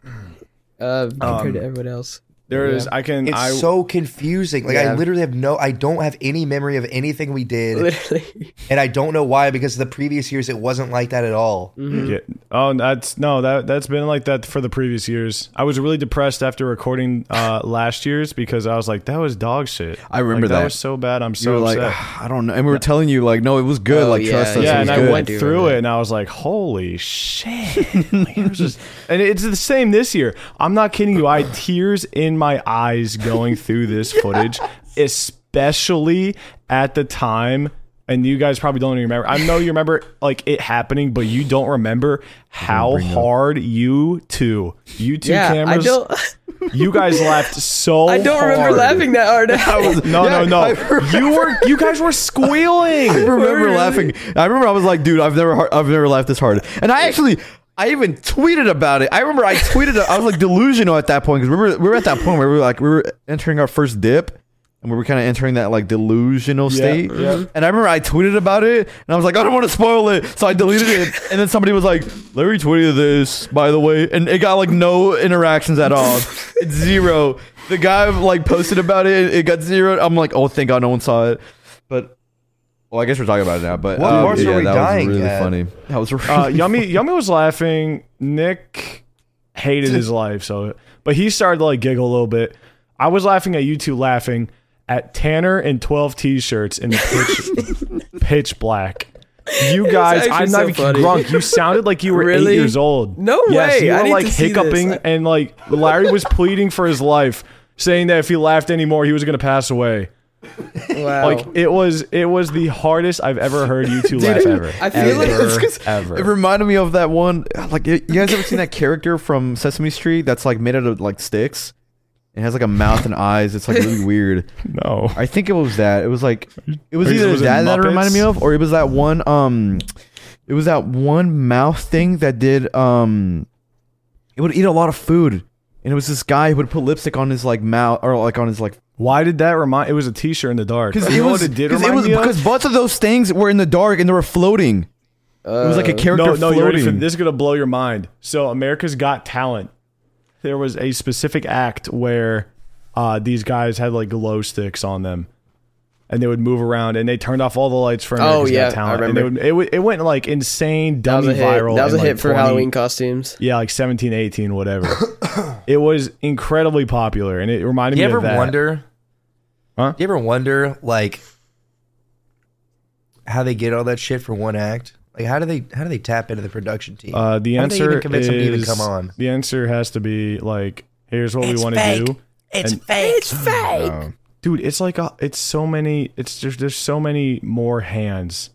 S2: uh, compared to
S4: Um,
S2: everyone else.
S4: There is.
S2: Yeah.
S4: I can.
S1: It's
S4: I,
S1: so confusing. Like
S2: Yeah.
S1: I literally have no. I don't have any memory of anything we did,
S2: Literally,
S1: and I don't know why. Because the previous years, it wasn't like that at all.
S4: Yeah. Oh, that's no. That that's been like that for the previous years. I was really depressed after recording uh, last year's because I was like, that was dog shit.
S3: I remember
S4: Like, that.
S3: that.
S4: was so bad. I'm
S3: you
S4: so
S3: were like,
S4: upset.
S3: "Ah, I don't know. And we were telling you, like, no, it was good.
S2: Oh,
S3: like,
S2: yeah,
S3: trust us.
S2: yeah,
S3: it
S4: yeah,
S3: was
S4: and I
S3: good.
S4: went
S2: I do
S4: through
S2: remember.
S4: it, and I was like, "Holy shit!" Like, it was just- and it's the same this year. I'm not kidding you. I had tears in my eyes going through this footage, especially at the time. And you guys probably don't even remember. I know you remember like it happening, but you don't remember how hard you two, you two
S2: yeah.
S4: cameras,
S2: I don't.
S4: you guys laughed so.
S2: I don't remember
S4: hard.
S2: laughing that hard.
S4: No,
S3: Yeah,
S4: no, no.
S3: I remember.
S4: You were, you guys were squealing.
S3: I remember laughing. I remember I was like, dude, I've never, har- I've never laughed this hard. And I actually, I even tweeted about it. I remember I tweeted. I was like delusional at that point because remember we were at that point where we were like we were entering our first dip. And we were kind of entering that like delusional state.
S4: yeah.
S3: And I remember I tweeted about it and I was like, I don't want to spoil it. So I deleted it. And then somebody was like, Larry tweeted this, by the way. And it got like no interactions at all. It's zero. The guy like posted about it. It got zero. I'm like, oh, thank God no one saw it. But well, I guess we're talking about it now. But
S1: What
S3: um,
S1: parts
S3: yeah,
S1: are we
S3: that
S1: dying
S3: was really
S1: at?
S3: funny. That was really
S4: Uh, Yummy, Yummy was laughing. Nick hated his life, so but he started to like giggle a little bit. I was laughing at you two laughing at Tanner and twelve t-shirts in the pitch, pitch black. You guys,
S2: actually
S4: I'm
S2: so
S4: not even
S2: funny.
S4: drunk. You sounded like you were
S2: Really?
S4: eight years old.
S2: No
S4: yes,
S2: way.
S4: You were
S2: I need
S4: like
S2: to see this.
S4: hiccuping and like Larry was pleading for his life, saying that if he laughed anymore, he was gonna pass away.
S2: wow.
S4: Like it was, it was the hardest I've ever heard you two laugh ever.
S2: I feel like
S4: Ever,
S3: It's 'cause
S4: ever.
S3: It reminded me of that one. Like, you you guys ever seen that character from Sesame Street that's like made out of like sticks? It has like a mouth and eyes. It's like really weird.
S4: no.
S3: I think it was that. It was like it was
S4: Or
S3: either
S4: was it
S3: that that it
S4: Muppets?
S3: reminded me of, or it was that one. Um, it was that one mouth thing that did. Um, it would eat a lot of food, and it was this guy who would put lipstick on his like mouth or like on his like
S4: Why did that remind? It was a T-shirt in the dark.
S3: because
S4: You
S3: it
S4: know
S3: was
S4: what it did
S3: 'cause
S4: remind
S3: was
S4: me of?
S3: because both of those things were in the dark and they were floating. it was like a character
S4: Uh, no, no, you ready
S3: floating.
S4: for this? Is gonna blow your mind. So America's Got Talent. There was a specific act where uh, these guys had like glow sticks on them, and they would move around, and they turned off all the lights for
S2: Oh,
S4: America's
S2: yeah, I
S4: Got Talent. and
S2: remember.
S4: they would- it, w- it went like insane,
S2: that was
S4: dummy
S2: a hit.
S4: viral.
S2: that was a
S4: in, like,
S2: hit for
S4: 20
S2: Halloween costumes.
S4: Yeah, like 17, 18, whatever. it was incredibly popular, and it reminded
S1: Do you
S4: me
S1: ever
S4: of that.
S1: wonder?
S4: Huh?
S1: Do you ever wonder like how they get all that shit for one act? Like how do they how do they tap into the production team?
S4: Uh, the
S1: How do they
S4: answer
S1: even convince
S4: is
S1: them to even come on?
S4: the answer has to be like, here's what
S5: It's
S4: we want to
S5: fake.
S4: do,
S5: It's
S4: And-
S5: fake. It's fake.
S4: dude. It's like a, it's so many. It's there's there's so many more hands.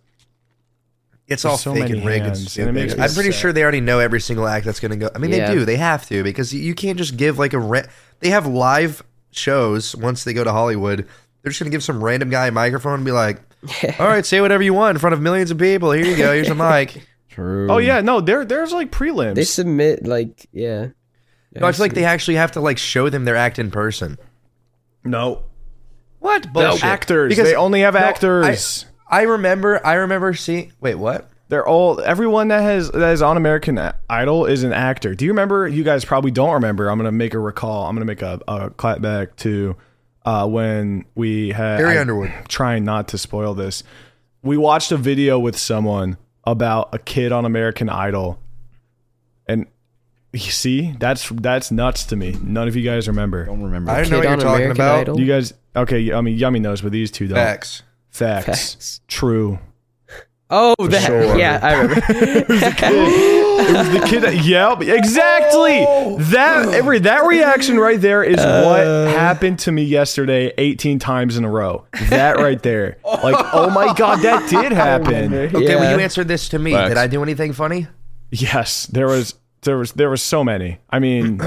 S1: it's all
S4: there's so
S1: fake
S4: many
S1: and rigged. and
S4: hands, and
S1: stupid.
S4: it makes me
S1: I'm pretty
S4: sad.
S1: sure they already know every single act that's going to go. I mean,
S2: Yeah.
S1: they do. They have to because you can't just give like a. Ra- they have live shows once they go to Hollywood. They're just going to give some random guy a microphone and be like, "All right, say whatever you want in front of millions of people. Here you go. Here's a mic."
S3: True.
S1: Hmm.
S4: Oh yeah, no, there there's like prelims.
S2: They submit like yeah.
S1: No, I feel like they actually have to like show them their act in person.
S4: no,
S1: What
S4: They're
S1: bullshit?
S4: actors.
S1: Because-
S4: they only have
S1: No, I-
S4: actors.
S1: I remember. I remember seeing. Wait, what?
S4: They're all everyone that has that is on American Idol is an actor. Do you remember? You guys probably don't remember. I'm gonna make a recall. I'm gonna make a, a clap back to uh, when we had
S1: Carrie Underwood.
S4: Trying not to spoil this, we watched a video with someone about a kid on American Idol, and you see, that's that's nuts to me. None of you guys remember.
S3: don't remember.
S1: I don't know
S2: Kid
S1: what you're
S2: on
S1: talking
S2: American
S1: about.
S2: Idol.
S4: You guys, okay? I mean, Yummy knows, but these two don't.
S1: Facts.
S4: Facts.
S2: Facts.
S4: True.
S2: Oh, that. Yeah, I remember.
S4: It was the kid. That, yep, exactly. That every that reaction right there is what happened to me yesterday, eighteen times in a row. That right there, like, oh my god, that did happen.
S1: Okay, well,
S2: Yeah.
S1: you answered this to me. Did
S4: Facts.
S1: I do anything funny?
S4: Yes, there was there was there was so many. I mean,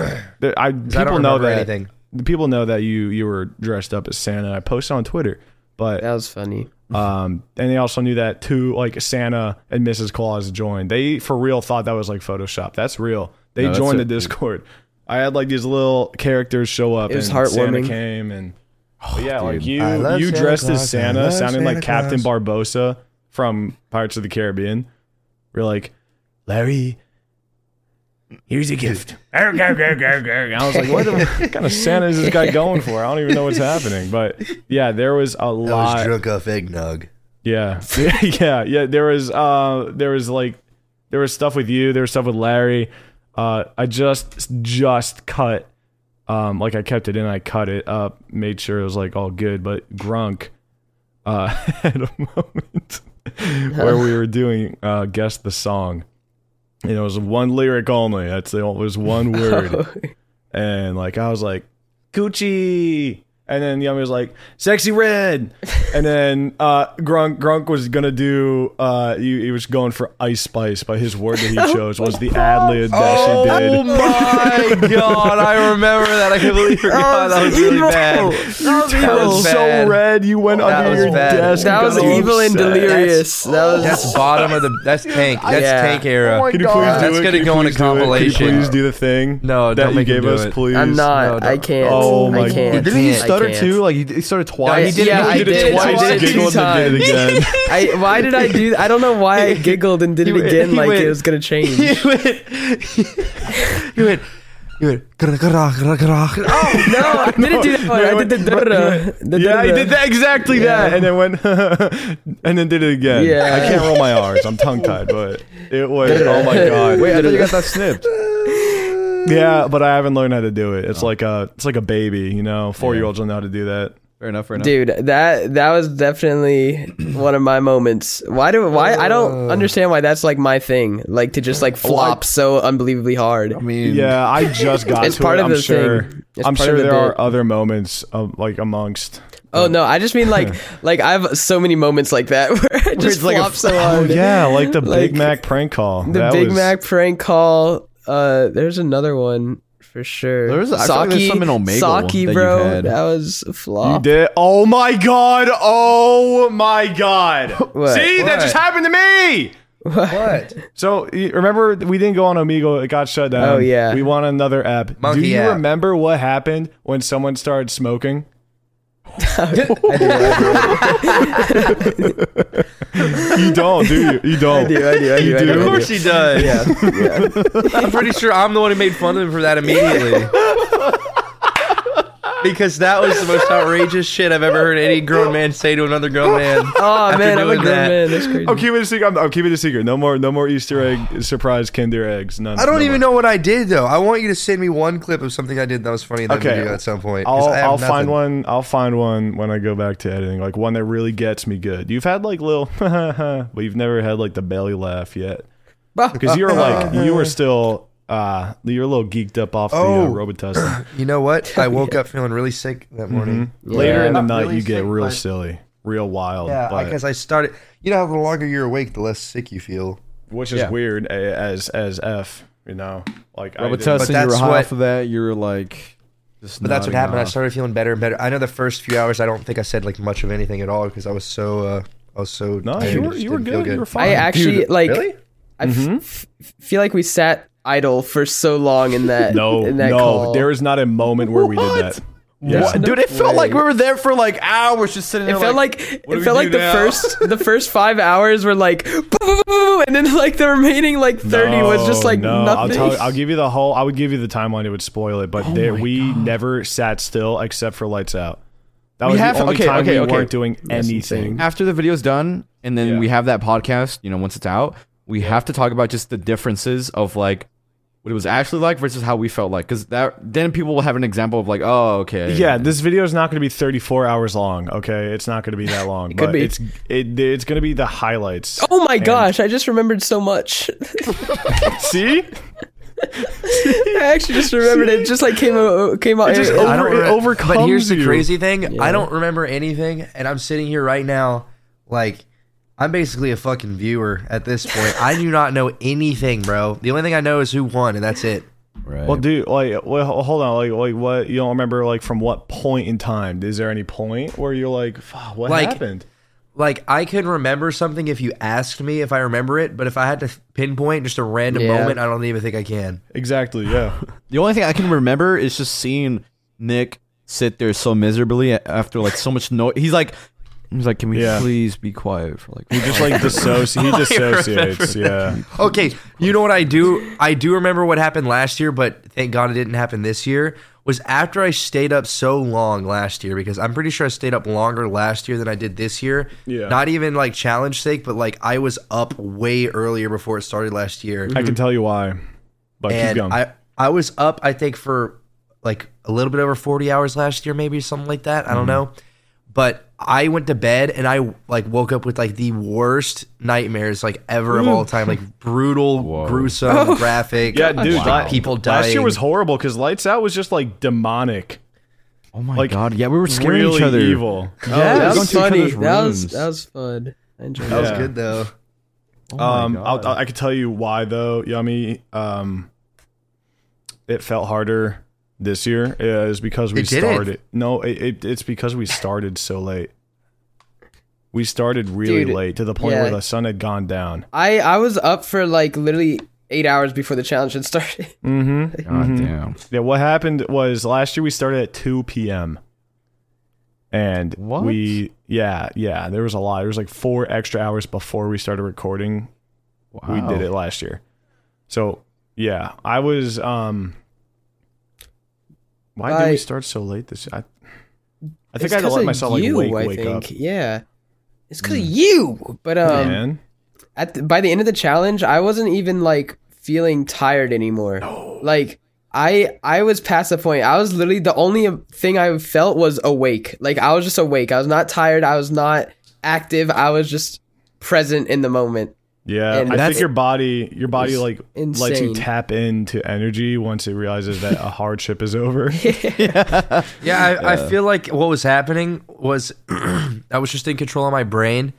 S4: there, I people
S1: I don't
S4: know
S1: remember
S4: that
S1: anything.
S4: people know that you you were dressed up as Santa. I posted on Twitter, but
S2: that was funny.
S4: Um, and they also knew that too. Like Santa and Mrs. Claus joined. They for real thought that was like Photoshop. That's real. They
S3: that's
S4: joined the
S3: so
S4: Discord. I had like these little characters show up.
S2: It was
S4: and Santa
S2: heartwarming.
S4: came and but yeah, like
S3: Oh, dude.
S4: you
S1: I love
S4: you
S1: Santa
S4: dressed as
S1: Claus. I
S4: Santa,
S1: love
S4: sounding like
S1: Santa
S4: Captain Barbosa from Pirates of the Caribbean. We're like, Larry, here's a gift. Arr, arr, arr, arr, arr. I was like, what, the, what kind of Santa is this guy going for? I don't even know what's happening. But yeah, there was a lot.
S1: drunk off eggnog.
S4: Yeah. yeah, yeah. There was uh there was like there was stuff with you, there was stuff with Larry. Uh I just just cut um like I kept it in, I cut it up, made sure it was like all good, but Grunk uh had a moment where we were doing uh guess the song. And it was one lyric only. That's the only- it was one word and like I was like Gucci, and then Yummy was like sexy red, and then uh, Grunk Grunk was gonna do uh, he, he was going for Ice Spice, but his word that he chose was the ad lib that
S1: Oh
S4: she did.
S1: my god, I remember that. I completely forgot. Oh, That was really bad. That
S4: That
S1: was
S4: was so
S1: bad.
S4: red. You went
S1: That
S4: under
S1: was
S4: your
S1: bad.
S4: desk.
S2: That
S4: and
S2: was
S4: got all
S2: evil and
S4: upset.
S2: delirious. That was
S1: That's bottom of the. That's tank. That's
S2: Yeah.
S1: tank era.
S4: Oh my Can you please God. do
S1: That's
S4: it?
S1: gonna
S4: Can you
S1: go in a
S4: please do it? Can you
S1: compilation.
S4: please do the thing.
S1: No,
S4: that
S1: don't
S4: you
S1: make him
S4: gave
S1: do
S4: us,
S1: it.
S4: please.
S2: I'm
S1: No,
S2: not.
S1: no.
S2: I can't.
S4: Oh my
S2: I can't.
S3: Didn't he
S1: can't.
S3: stutter
S2: I can't.
S3: too? Like he, he started
S1: he
S3: twice.
S1: did it.
S2: Yeah,
S1: He
S2: I
S1: did it
S2: did.
S1: twice.
S2: I
S1: He
S2: did two
S1: giggled
S4: and did it
S2: times.
S4: again.
S2: I, why did I do? I don't know why I giggled and did it again. Like it was gonna change.
S1: You went. You went. You went. "Gra- gra- gra- gra- gra." Oh,
S2: No, I didn't do that. one. I did the da-da-da. The
S4: Yeah, I
S2: da-da-da.
S4: did that exactly that, and then went and then did it again.
S2: Yeah.
S4: I can't roll my R's. I'm tongue tied, but it was. oh my god.
S3: Wait, I thought you got that snipped.
S4: Yeah, but I haven't learned how to do it. It's like a, it's like a baby. You know, four year olds don't know how to do that.
S3: Fair enough. Fair enough.
S2: Dude, that that was definitely one of my moments. Why do why I don't understand why that's like my thing. Like to just like flop so unbelievably hard.
S3: I mean,
S4: Yeah, I just got
S2: It's
S4: to
S2: part
S4: it.
S2: of
S4: I'm
S2: the
S4: sure.
S2: thing. It's
S4: I'm
S2: part
S4: sure
S2: of the
S4: there are
S2: bit.
S4: other moments of like amongst.
S2: Oh no, I just mean like like I have so many moments like that where I just
S3: like a-
S2: flop so
S4: Oh
S2: hard.
S4: yeah, like the
S2: Like,
S4: Big Mac prank call.
S2: The
S4: That
S2: Big
S4: was-
S2: Mac prank call. Uh, there's another one for sure.
S3: There's- I feel like there's some in Omegle that
S2: Saki,
S3: you've
S2: bro.
S3: had.
S2: That was a
S4: You
S2: flop.
S4: did. Oh my god. Oh my god.
S2: What?
S4: See, that
S1: What?
S4: just happened to me.
S1: what?
S4: So you remember we didn't go on Omegle; it got shut down.
S2: Oh, yeah.
S4: we want another app.
S1: Monkey
S4: Do you
S1: app.
S4: remember what happened when someone started smoking? You don't, do you? You don't.
S2: I do, I do, I do, I do,
S4: do?
S2: I
S1: Of
S2: do.
S1: course he does.
S2: Yeah.
S1: I'm pretty sure I'm the one who made fun of him for that immediately. Because that was the most outrageous shit I've ever heard any grown man say to another grown man.
S2: Oh
S1: after
S2: man, I'm a
S1: doing
S2: grown
S1: that.
S2: man. That's crazy.
S4: I'm keeping Oh, it a secret. I'm, I'm keeping it a secret. No more, no more Easter egg surprise Kinder eggs. None.
S1: I don't
S4: no
S1: even know
S4: more.
S1: what I did though. I want you to send me one clip of something I did that was funny that
S4: Okay.
S1: okay. video at some point. 'cause
S4: I'll,
S1: I have
S4: I'll find
S1: nothing.
S4: one. I'll find one when I go back to editing. Like one that really gets me good. You've had like little, but you've never had like the belly laugh yet. Because you were like, you were still, uh, you're a little geeked up off the uh,
S1: Oh.
S4: Robitussin.
S1: You know what? I woke up feeling really sick
S4: Mm-hmm.
S1: that morning.
S4: Later in the
S1: Not
S4: night,
S1: really
S4: you get
S1: sick,
S4: real
S1: but-
S4: silly, real wild.
S1: Yeah,
S4: but-
S1: because I started. You know, how the longer you're awake, the less sick you feel.
S4: which is
S3: Yeah.
S4: weird a- as as f. You know, like I
S1: But
S4: didn't-
S3: Robitussin, you were
S1: that's
S3: high
S1: what-
S3: for that. You were like, just
S1: But that's what
S3: nodding
S1: happened. I
S3: off.
S1: started feeling better and better. I know the first few hours, I don't think I said like much of anything at all because I was so. Uh, I was so.
S4: No,
S1: tired.
S4: you
S1: It
S4: were
S1: just
S4: you were
S1: didn't feel
S4: good. You were fine.
S2: I actually like.
S1: really?
S2: I f-
S4: Mm-hmm.
S2: f- feel like we sat idle for so long in that.
S4: no
S2: in that
S4: no.
S2: call.
S4: There is not a moment where we did that. Yeah.
S2: There's
S4: What?
S2: no
S3: Dude, it felt like
S2: way.
S3: we were there for like hours just sitting
S2: It
S3: there.
S2: felt
S3: like,
S2: like,
S3: what do
S2: it
S3: we
S2: felt like
S3: do
S2: the
S3: now?
S2: first the first five hours were like boo, boo, boo, boo, and then like the remaining like thirty was just like
S4: no, I'll,
S2: nothing. Oh
S4: tell, I'll give you the whole. I would give you the timeline. It would spoil it, but there, we never sat still except for lights out. That
S3: We
S4: was
S3: have-
S4: the only
S3: okay,
S4: time
S3: okay,
S4: we
S3: okay.
S4: weren't doing anything.
S3: after the video's done and then
S4: Yeah.
S3: we have that podcast, you know, once it's out, we have to talk about just the differences of like what it was actually like versus how we felt like cuz that then people will have an example of like, oh, okay.
S4: Yeah, this video is not going to be 34 hours long. Okay, it's not going to be that long.
S2: could
S4: but
S2: be.
S4: It's it, it's going to be the highlights.
S2: oh my gosh! I just remembered so much.
S4: See,
S2: I actually just remembered it. Just like came out, came out.
S4: just
S2: it-
S4: over-
S2: I
S1: I don't
S4: it
S1: remem- But here's
S4: overcomes
S1: the
S4: you.
S1: crazy thing: I don't remember anything, and I'm sitting here right now, like I'm basically a fucking viewer at this point. I do not know anything, bro. The only thing I know is who won, and that's it.
S3: Right.
S4: Well, dude, like, well, hold on, like, like, what? You don't remember, like, from what point in time? Is there any point where you're like, "Fuck, what
S1: Like-
S4: happened?
S1: Like I could remember something if you asked me if I remember it, but if I had to pinpoint just a random
S2: Yeah.
S1: moment, I don't even think I can.
S4: Exactly. Yeah.
S3: The only thing I can remember is just seeing Nick sit there so miserably after like so much noise. He's like, he's like, can we
S4: Yeah.
S3: please be quiet for like?
S4: He just like dissoci- he dissociates. Yeah.
S1: Okay, you know what I do? I do remember what happened last year, but thank God it didn't happen this year. Was after I stayed up so long last year because I'm pretty sure I stayed up longer last year than I did this year.
S4: Yeah.
S1: Not even like challenge sake, but like I was up way earlier before it started last year,
S4: I can tell you why, but keep
S1: and
S4: going.
S1: I I was up I think for like a little bit over 40 hours last year, maybe something like that. I
S4: Mm-hmm.
S1: don't know, but. I went to bed and I like woke up with like the worst nightmares like ever
S4: Mm.
S1: of all time, like brutal, gruesome, graphic.
S4: yeah, dude.
S1: like,
S4: That,
S1: people dying.
S4: Last year was horrible because Lights Out was just like demonic,
S3: oh my
S4: like,
S3: god! Yeah, we were scaring
S4: really
S3: each other.
S4: evil.
S3: Yeah,
S2: Oh, that
S3: going
S2: was
S3: to
S2: funny.
S3: each other's
S2: That was
S3: rooms.
S2: that was fun. I enjoyed
S1: That
S2: it.
S1: was
S4: Yeah.
S1: good though.
S3: Oh my
S4: Um,
S3: God.
S4: I'll, I could tell you why though, Yummy. Um, it felt harder this year uh, is because we
S1: It didn't.
S4: started. No, it, it, it's because we started so late. We started really
S2: Dude,
S4: late to the point
S2: yeah.
S4: where the sun had gone down.
S2: I I was up for like literally eight hours before the challenge had started.
S4: Mm-hmm.
S3: God damn.
S4: Yeah, what happened was last year we started at two p.m. And
S3: What?
S4: we, yeah, yeah, there was a lot. There was like four extra hours before we started recording
S3: Wow.
S4: we did it last year. So yeah, I was. um Why did
S2: I-
S4: we start so late this? I, I think
S2: It's
S4: I had to
S2: 'cause
S4: let
S2: of
S4: myself like
S2: you,
S4: wake,
S2: I
S4: wake
S2: think.
S4: up.
S2: Yeah, it's because of you. But um,
S4: man,
S2: at the, by the end of the challenge, I wasn't even like feeling tired anymore. Like I I was past the point. I was literally the only thing I felt was awake. Like I was just awake. I was not tired. I was not active. I was just present in the moment.
S4: yeah.
S2: and
S4: I
S2: that's-
S4: think your body, your body like lets you
S2: insane.
S4: tap into energy once it realizes that a hardship is over.
S1: Yeah, I, I feel like what was happening was I was just in control of my brain.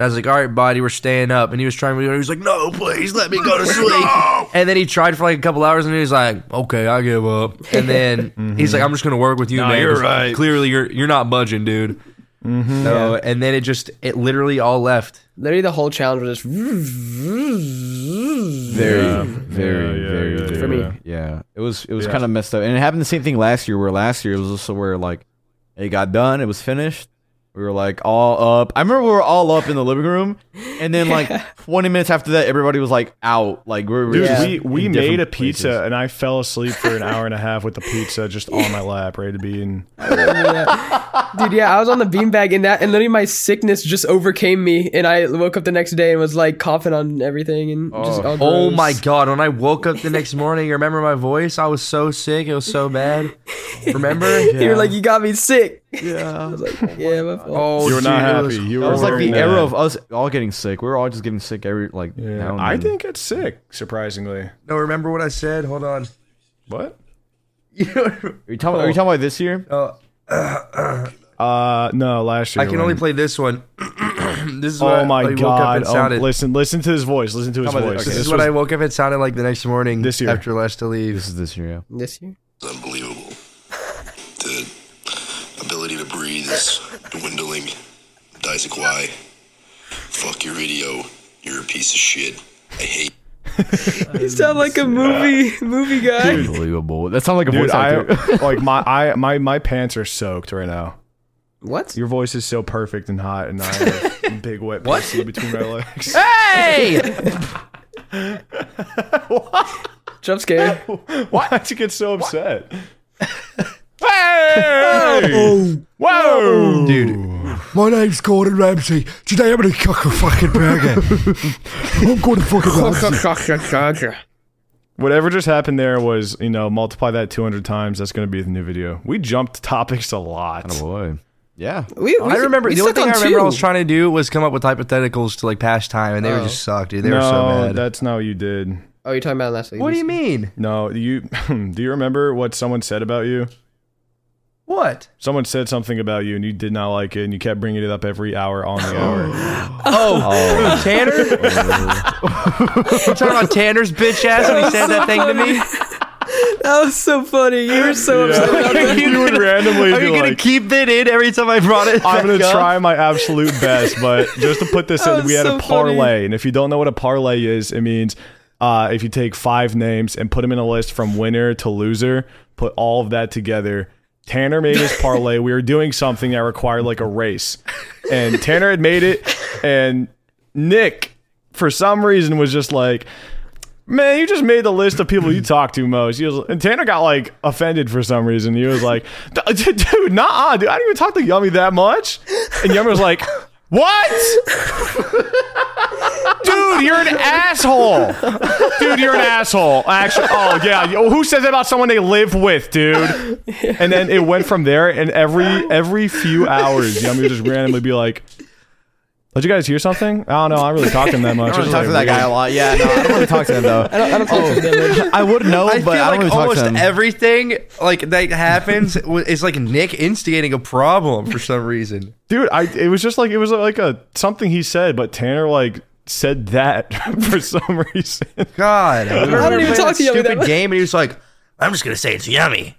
S1: And I was like, all right, buddy, we're staying up. And he was trying to, he was like, no, please let me go to sleep. and then he tried for like a couple hours and he was like, okay, I give up. And then he's like, I'm just going to work with you, man.
S3: you're
S1: 'cause
S3: right.
S1: Clearly, you're, you're not budging, dude. So, and then it just, it literally all left.
S2: Literally, the whole challenge was just
S3: Very,
S4: Yeah.
S3: very,
S4: Yeah, yeah,
S3: very,
S4: yeah,
S3: very.
S4: For me.
S3: Yeah. it was it was
S4: Yeah.
S3: kind of messed up, and it happened the same thing last year. Where last year it was also where like it got done, it was finished. We were like all up. I remember we were all up in the living room, and then like 20 minutes after that, everybody was like out. Like we were
S4: Dude,
S3: just
S4: we,
S3: in
S4: we
S3: different
S4: made a pizza
S3: places.
S4: and I fell asleep for an hour and a half with the pizza just on my lap, ready to be in.
S2: dude yeah i was on the beanbag and that and literally my sickness just overcame me and i woke up the next day and was like coughing on everything and just all
S1: Oh
S2: gross.
S1: my god! When I woke up the next morning, remember my voice? I was so sick. It was so bad. Remember?
S2: you were like you got me sick yeah i was like yeah my fault.
S1: Oh,
S4: You were not
S1: dude, it
S4: happy.
S1: was
S4: you
S3: That
S4: were
S3: was like the
S4: mad.
S3: era of us all getting sick. We were all just getting sick every like.
S4: Yeah,
S3: now and
S4: I
S1: Mm.
S3: then.
S4: think it's sick. Surprisingly,
S1: No, remember what I said? Hold on.
S4: what?
S3: Are you talking? Are
S4: Oh.
S3: you talking about this year?
S4: Uh, no, last year
S1: I can
S4: when-
S1: only play this one. this is what
S4: Oh
S1: I
S4: my
S1: woke up
S4: god!
S1: and
S4: Oh,
S1: sounded.
S4: listen, listen to his voice. Listen to his
S3: about
S4: voice.
S1: this
S3: this?
S1: is
S3: Okay.
S4: This
S1: what
S4: was-
S1: I woke up and sounded like the next morning.
S4: This year.
S1: after Lester leaves.
S3: This is this year. Yeah.
S2: this year
S7: It's unbelievable. The ability to breathe is dwindling. Isaac Y. Fuck your video. You're a piece of shit. I hate
S2: You sound like a movie movie guy.
S3: Unbelievable. That sounds like a
S4: Dude,
S3: voice
S4: I
S3: actor.
S4: like my I my my pants are soaked right now.
S2: What?
S4: Your voice is so perfect and hot, and I have a big wet pussy between my legs.
S2: Jump scare.
S4: Why'd you get so upset? hey!
S1: Oh.
S4: Whoa!
S1: Dude, my name's Gordon Ramsay. Today I'm gonna cook a fucking burger. I'm Gordon fucking Ramsay.
S4: Whatever just happened there was, you know, multiply that 200 times. That's going to be the new video. We jumped topics a lot.
S3: Boy. Yeah.
S2: We, we,
S1: I remember
S2: we
S1: the only
S2: stuck
S1: thing I
S2: on
S1: remember I was
S2: two.
S1: trying to do was come up with hypotheticals to like pass time, and they were just sucked, dude. They were so
S4: Oh. no,
S1: bad.
S4: that's not what you did.
S2: Oh, you're talking about last week.
S1: what do you mean?
S4: No, you do you remember what someone said about you?
S1: What?
S4: Someone said something about you and you did not like it and you kept bringing it up every hour on the hour. Oh.
S1: Tanner? You're talking about Tanner's bitch ass when he said that thing to me?
S2: That was so funny. You were so upset about that.
S4: you would randomly
S1: Are
S4: be
S1: you gonna
S4: like,
S1: keep that in every time I brought it?
S4: I'm going
S1: back
S4: to
S1: up?
S4: try my absolute best, but just to put this
S2: That
S4: in,
S2: was
S4: we had a
S2: Oh, so funny.
S4: parlay. And if you don't know what a parlay is, it means uh, if you take five names and put them in a list from winner to loser, put all of that together. Tanner made his parlay. we were doing something that required like a race. And Tanner had made it. And Nick, for some reason, was just like, Man, you just made the list of people you talk to most. He was, and Tanner got like offended for some reason. He was like, "D- d- "Dude, nah, dude, I didn't even talk to Yummy that much." And Yummy was like, "What? Dude, you're an asshole. Dude, you're an asshole. Actually, oh yeah, Yo, who says that about someone they live with, dude?" And then it went from there. And every every few hours, Yummy would just randomly be like. Did you guys hear something? I don't know. I don't really talk to him that much.
S3: I don't
S4: It's
S3: talk to
S4: really
S3: that guy
S4: weird."
S3: a lot. Yeah, no, I don't want to talk to him though. I,
S2: I don't talk to them.
S3: would know,
S1: I feel
S3: but I don't
S1: like
S3: really talk
S1: almost
S3: to him.
S1: everything like that happens w- is like Nick instigating a problem for some reason.
S4: dude i it was just like it was like a something he said but tanner like said that for some reason
S1: God, I, remember
S2: even
S1: playing
S2: talk
S1: that
S2: to you about
S1: Stupid
S2: that.
S1: game, and he was like,
S5: I'm just gonna say it's yummy.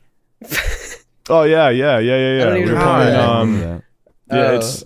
S4: oh yeah yeah yeah yeah yeah
S2: don't
S4: we
S2: even
S4: were
S1: remember
S4: playing
S1: that.
S4: um
S3: Yeah.
S4: yeah
S2: Oh.
S4: it's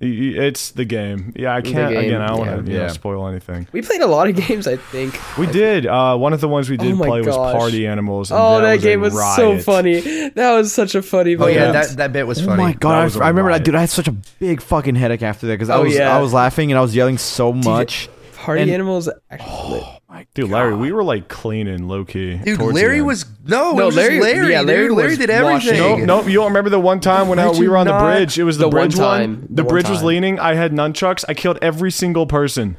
S4: y- y- it's the game yeah i can't
S2: game,
S4: again i don't want to
S3: yeah.
S4: you know, spoil anything
S2: We played a lot of games, I think.
S4: we did uh one of the ones we did
S2: Oh my
S4: play was
S2: gosh.
S4: party animals and
S2: Oh, that,
S4: was a
S2: game was so
S4: riot.
S2: funny. That was such a funny.
S1: "Oh yeah,
S2: moment.
S1: that, that bit was
S3: Oh
S1: funny."
S3: my
S4: That
S3: god!
S4: was a
S3: I, I remember,
S4: riot.
S3: that, dude. I had such a big fucking headache after that because I
S2: Oh,
S3: was
S2: yeah.
S3: I was laughing and I was yelling so much.
S2: Party
S3: and-
S2: animals. Actually, lit.
S4: dude larry we were like cleaning low-key
S1: Dude,
S4: towards the
S1: Larry
S4: end.
S1: was no,
S2: No,
S1: it was just
S2: Larry-
S1: Larry. Larry,
S2: yeah, Larry
S1: Larry,
S2: was
S1: did
S2: watching.
S1: everything.
S4: Nope, nope. You don't remember the one time when I,
S1: Did
S4: we
S1: you
S4: were on the
S1: not?
S4: bridge? It was the,
S2: The one
S4: bridge
S2: time.
S4: The
S2: The one
S4: bridge was
S2: time.
S4: leaning. I had nunchucks. I killed every single person.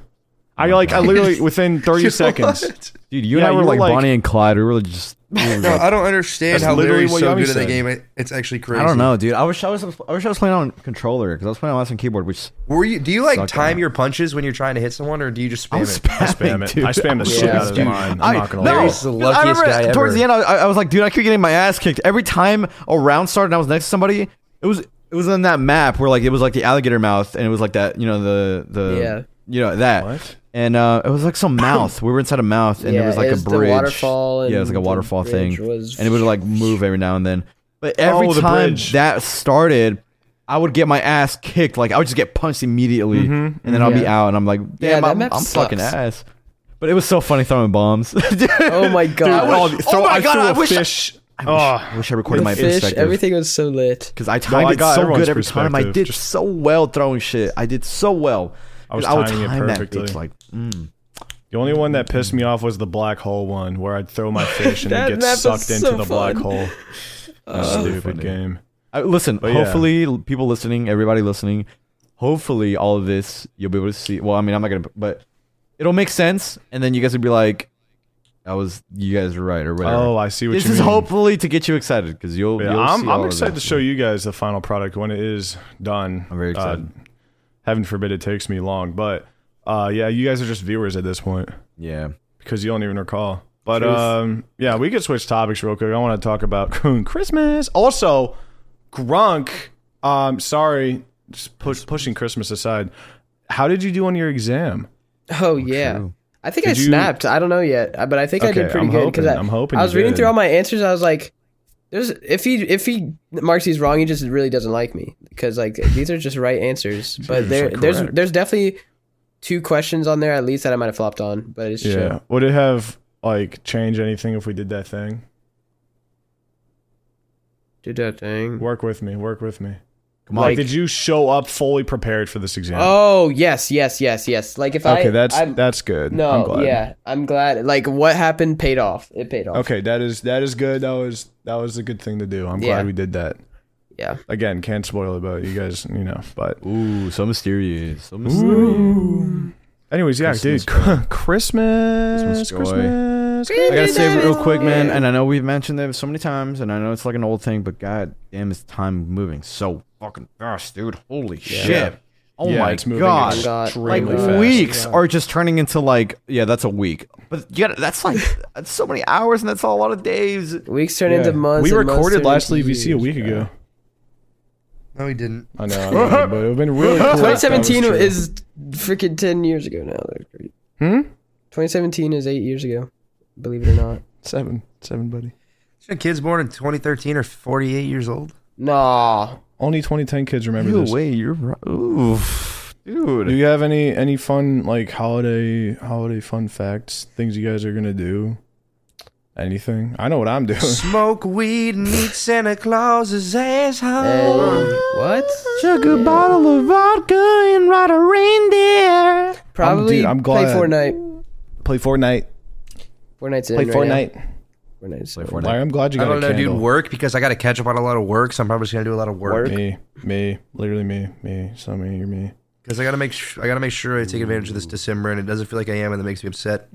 S3: Oh
S4: I like. I literally within thirty seconds.
S1: What?
S3: Dude, you
S4: Yeah,
S3: and I
S4: you
S3: were
S4: were
S3: like,
S4: like-
S3: Bonnie and Clyde. We were just. we were
S1: No,
S3: like-
S1: I don't understand
S4: That's
S1: how
S4: literally
S1: Larry's
S4: what
S1: so
S4: Yami
S1: good at that
S4: said.
S1: game. It- It's actually crazy.
S3: I don't know, dude. I wish I was. I wish I was playing on controller because I was playing on mouse and keyboard, which
S1: Were you? Do you like
S3: Suck
S1: time
S3: it.
S1: your punches when you're trying to hit someone, or do you just spam
S3: I
S1: it?
S3: was spamming.
S4: Spam it.
S3: dude.
S4: I spam the shit
S2: Yeah,
S4: out of
S2: dude.
S4: mine. I'm
S3: I-
S4: not gonna
S3: no. Oh
S4: lie.
S1: Larry's the
S3: I
S1: luckiest
S3: remember
S1: guy
S3: Towards
S1: ever.
S3: the end, I, I was like, dude, I keep getting my ass kicked every time a round started. and I was next to somebody. It was it was on that map where like it was like the alligator mouth, and it was like that, you know, the the
S2: Yeah.
S3: you know that.
S4: What?
S3: And uh, it was like some mouth. We were inside a mouth, and
S2: yeah,
S3: there was like
S2: it was
S3: a bridge.
S2: The waterfall. And
S3: yeah, it was like a
S2: the
S3: waterfall thing,
S2: bridge Was,
S3: and it would like move every now and then. But every
S4: Oh, the
S3: time
S4: bridge.
S3: that started, I would get my ass kicked. Like I would just get punched immediately,
S4: Mm-hmm.
S3: and then I'll be
S2: Yeah.
S3: out, and I'm like,
S2: Yeah,
S3: damn,
S2: that
S3: I'm,
S2: map
S3: I'm fucking
S2: sucks.
S3: ass. But it was so funny throwing bombs.
S2: oh my god.
S4: oh, throw-
S3: my
S4: I
S3: God,
S4: threw a
S3: I wish I-
S4: fish.
S3: I
S4: Oh,
S3: wish I recorded my
S2: the fish.
S3: perspective.
S2: Everything was so lit.
S3: because I timed
S4: I
S3: it
S4: got
S3: so
S4: everyone's
S3: good every time. I
S4: perspective,
S3: did
S4: just-
S3: so well throwing shit. I did so well.
S4: I was
S3: Dude, would
S4: timing it
S3: time that
S4: perfectly.
S3: bitch, like, mm.
S4: the only one that pissed me off was the black hole one, where I'd throw my fish and
S2: That map
S4: it gets
S2: is
S4: sucked into
S2: so
S4: the black
S2: fun. Uh,
S4: hole. Stupid
S3: funny.
S4: game.
S3: I- listen,
S4: yeah.
S3: hopefully, l- people listening, everybody listening, hopefully, all of this you'll be able to see. Well, I mean, I'm not gonna, but it'll make sense, and then you guys will be like, "I was, you guys were right," or whatever.
S4: Oh, I see what
S3: this
S4: you
S3: is
S4: mean.
S3: hopefully to get you excited because you'll.
S4: Yeah,
S3: you'll
S4: I'm,
S3: see
S4: I'm
S3: all of
S4: excited to
S3: this.
S4: show you guys the final product when it is done.
S3: I'm very
S4: Uh,
S3: excited.
S4: heaven forbid it takes me long, but uh, yeah, you guys are just viewers at this point
S3: yeah.
S4: because you don't even recall. But um, yeah, we could switch topics real quick. I want to talk about Christmas. Also, Grunk. Um, sorry, just push, pushing Christmas aside. How did you do on your exam?
S2: Oh yeah.
S3: true.
S2: I think
S4: Did
S2: I
S4: you-
S2: snapped. I don't know yet, I- but I think I
S4: Okay,
S2: did pretty
S4: I'm
S2: good because I,
S4: hoping- I'm hoping
S2: I
S4: you
S2: was reading
S4: did.
S2: through all my answers. I was like, "There's if he if he marks these wrong, he just really doesn't like me because like these are just right answers." but
S4: are
S2: there
S4: so
S2: there's
S4: correct.
S2: there's definitely two questions on there at least that I might have flopped on, but it's
S4: Yeah.
S2: shit.
S4: Would it have like change anything if we did that thing?
S2: Did that thing.
S4: Work with me. Work with me.
S3: Come on.
S4: Like,
S2: Like-
S4: did you show up fully prepared for this exam?
S2: Oh yes, yes, yes, yes. Like if I
S4: okay, that's
S2: I'm,
S4: that's good.
S2: no,
S4: I'm glad.
S2: yeah, I'm glad. Like what happened paid off. It paid off.
S4: Okay, that is that is good. That was that was a good thing to do. I'm
S2: Yeah.
S4: glad we did that.
S2: Yeah.
S4: Again, can't spoil it, but you guys, you know. But
S3: Ooh, so mysterious. So mysterious.
S4: anyways, yeah, dude, Christmas,
S3: Christmas joy.
S4: Christmas,
S3: I gotta say it real quick, man,
S2: Yeah.
S3: and I know we've mentioned it so many times, and I know it's like an old thing, but god damn, is time moving so fucking fast, dude. Holy shit. Oh
S4: yeah,
S3: my
S4: it's moving
S3: god.
S4: extremely
S3: Like
S4: fast.
S3: weeks are just turning into like yeah, that's a week. But yeah, that's like that's so many hours and that's a lot of days.
S2: Weeks turn into
S4: Yeah.
S2: months.
S4: We
S2: and months
S4: recorded
S2: turn
S4: last
S2: into
S4: Leave VC a
S2: years.
S4: week ago.
S1: No, he didn't.
S4: I know, I know, but it's been really cool.
S2: 2017
S4: That was true.
S2: is freaking 10 years ago now. That's crazy.
S4: Hmm?
S2: 2017 is eight years ago, believe it or not.
S4: seven, seven, buddy.
S1: Is your kids born in 2013 or 48 years old?
S2: Nah.
S4: Only 2010 kids remember this.
S3: wait, you're right. Oof.
S4: Do
S3: Dude.
S4: you have any any fun like holiday holiday fun facts? Things you guys are gonna do? Anything? I know what I'm doing.
S1: Smoke weed and eat Santa Claus's asshole.
S2: And Um, what?
S3: Sugar bottle of vodka and ride a reindeer.
S2: Probably
S4: dude, I'm
S2: play
S4: glad.
S2: Fortnite.
S4: Play Fortnite.
S2: Fortnite's in
S4: Play
S2: right
S4: Fortnite.
S2: Now. Fortnite's
S3: Play
S2: in.
S3: Fortnite.
S4: Larry, I'm glad you
S1: I
S4: got
S1: don't
S4: a
S1: know, dude.
S4: candle.
S1: Work because I got to catch up on a lot of work, so I'm probably just gonna do a lot of work
S4: Me, me, literally me, me. So me, you're me.
S1: because I gotta make sh- I gotta make sure I take advantage of this December, and it doesn't feel like I am, and that makes me upset.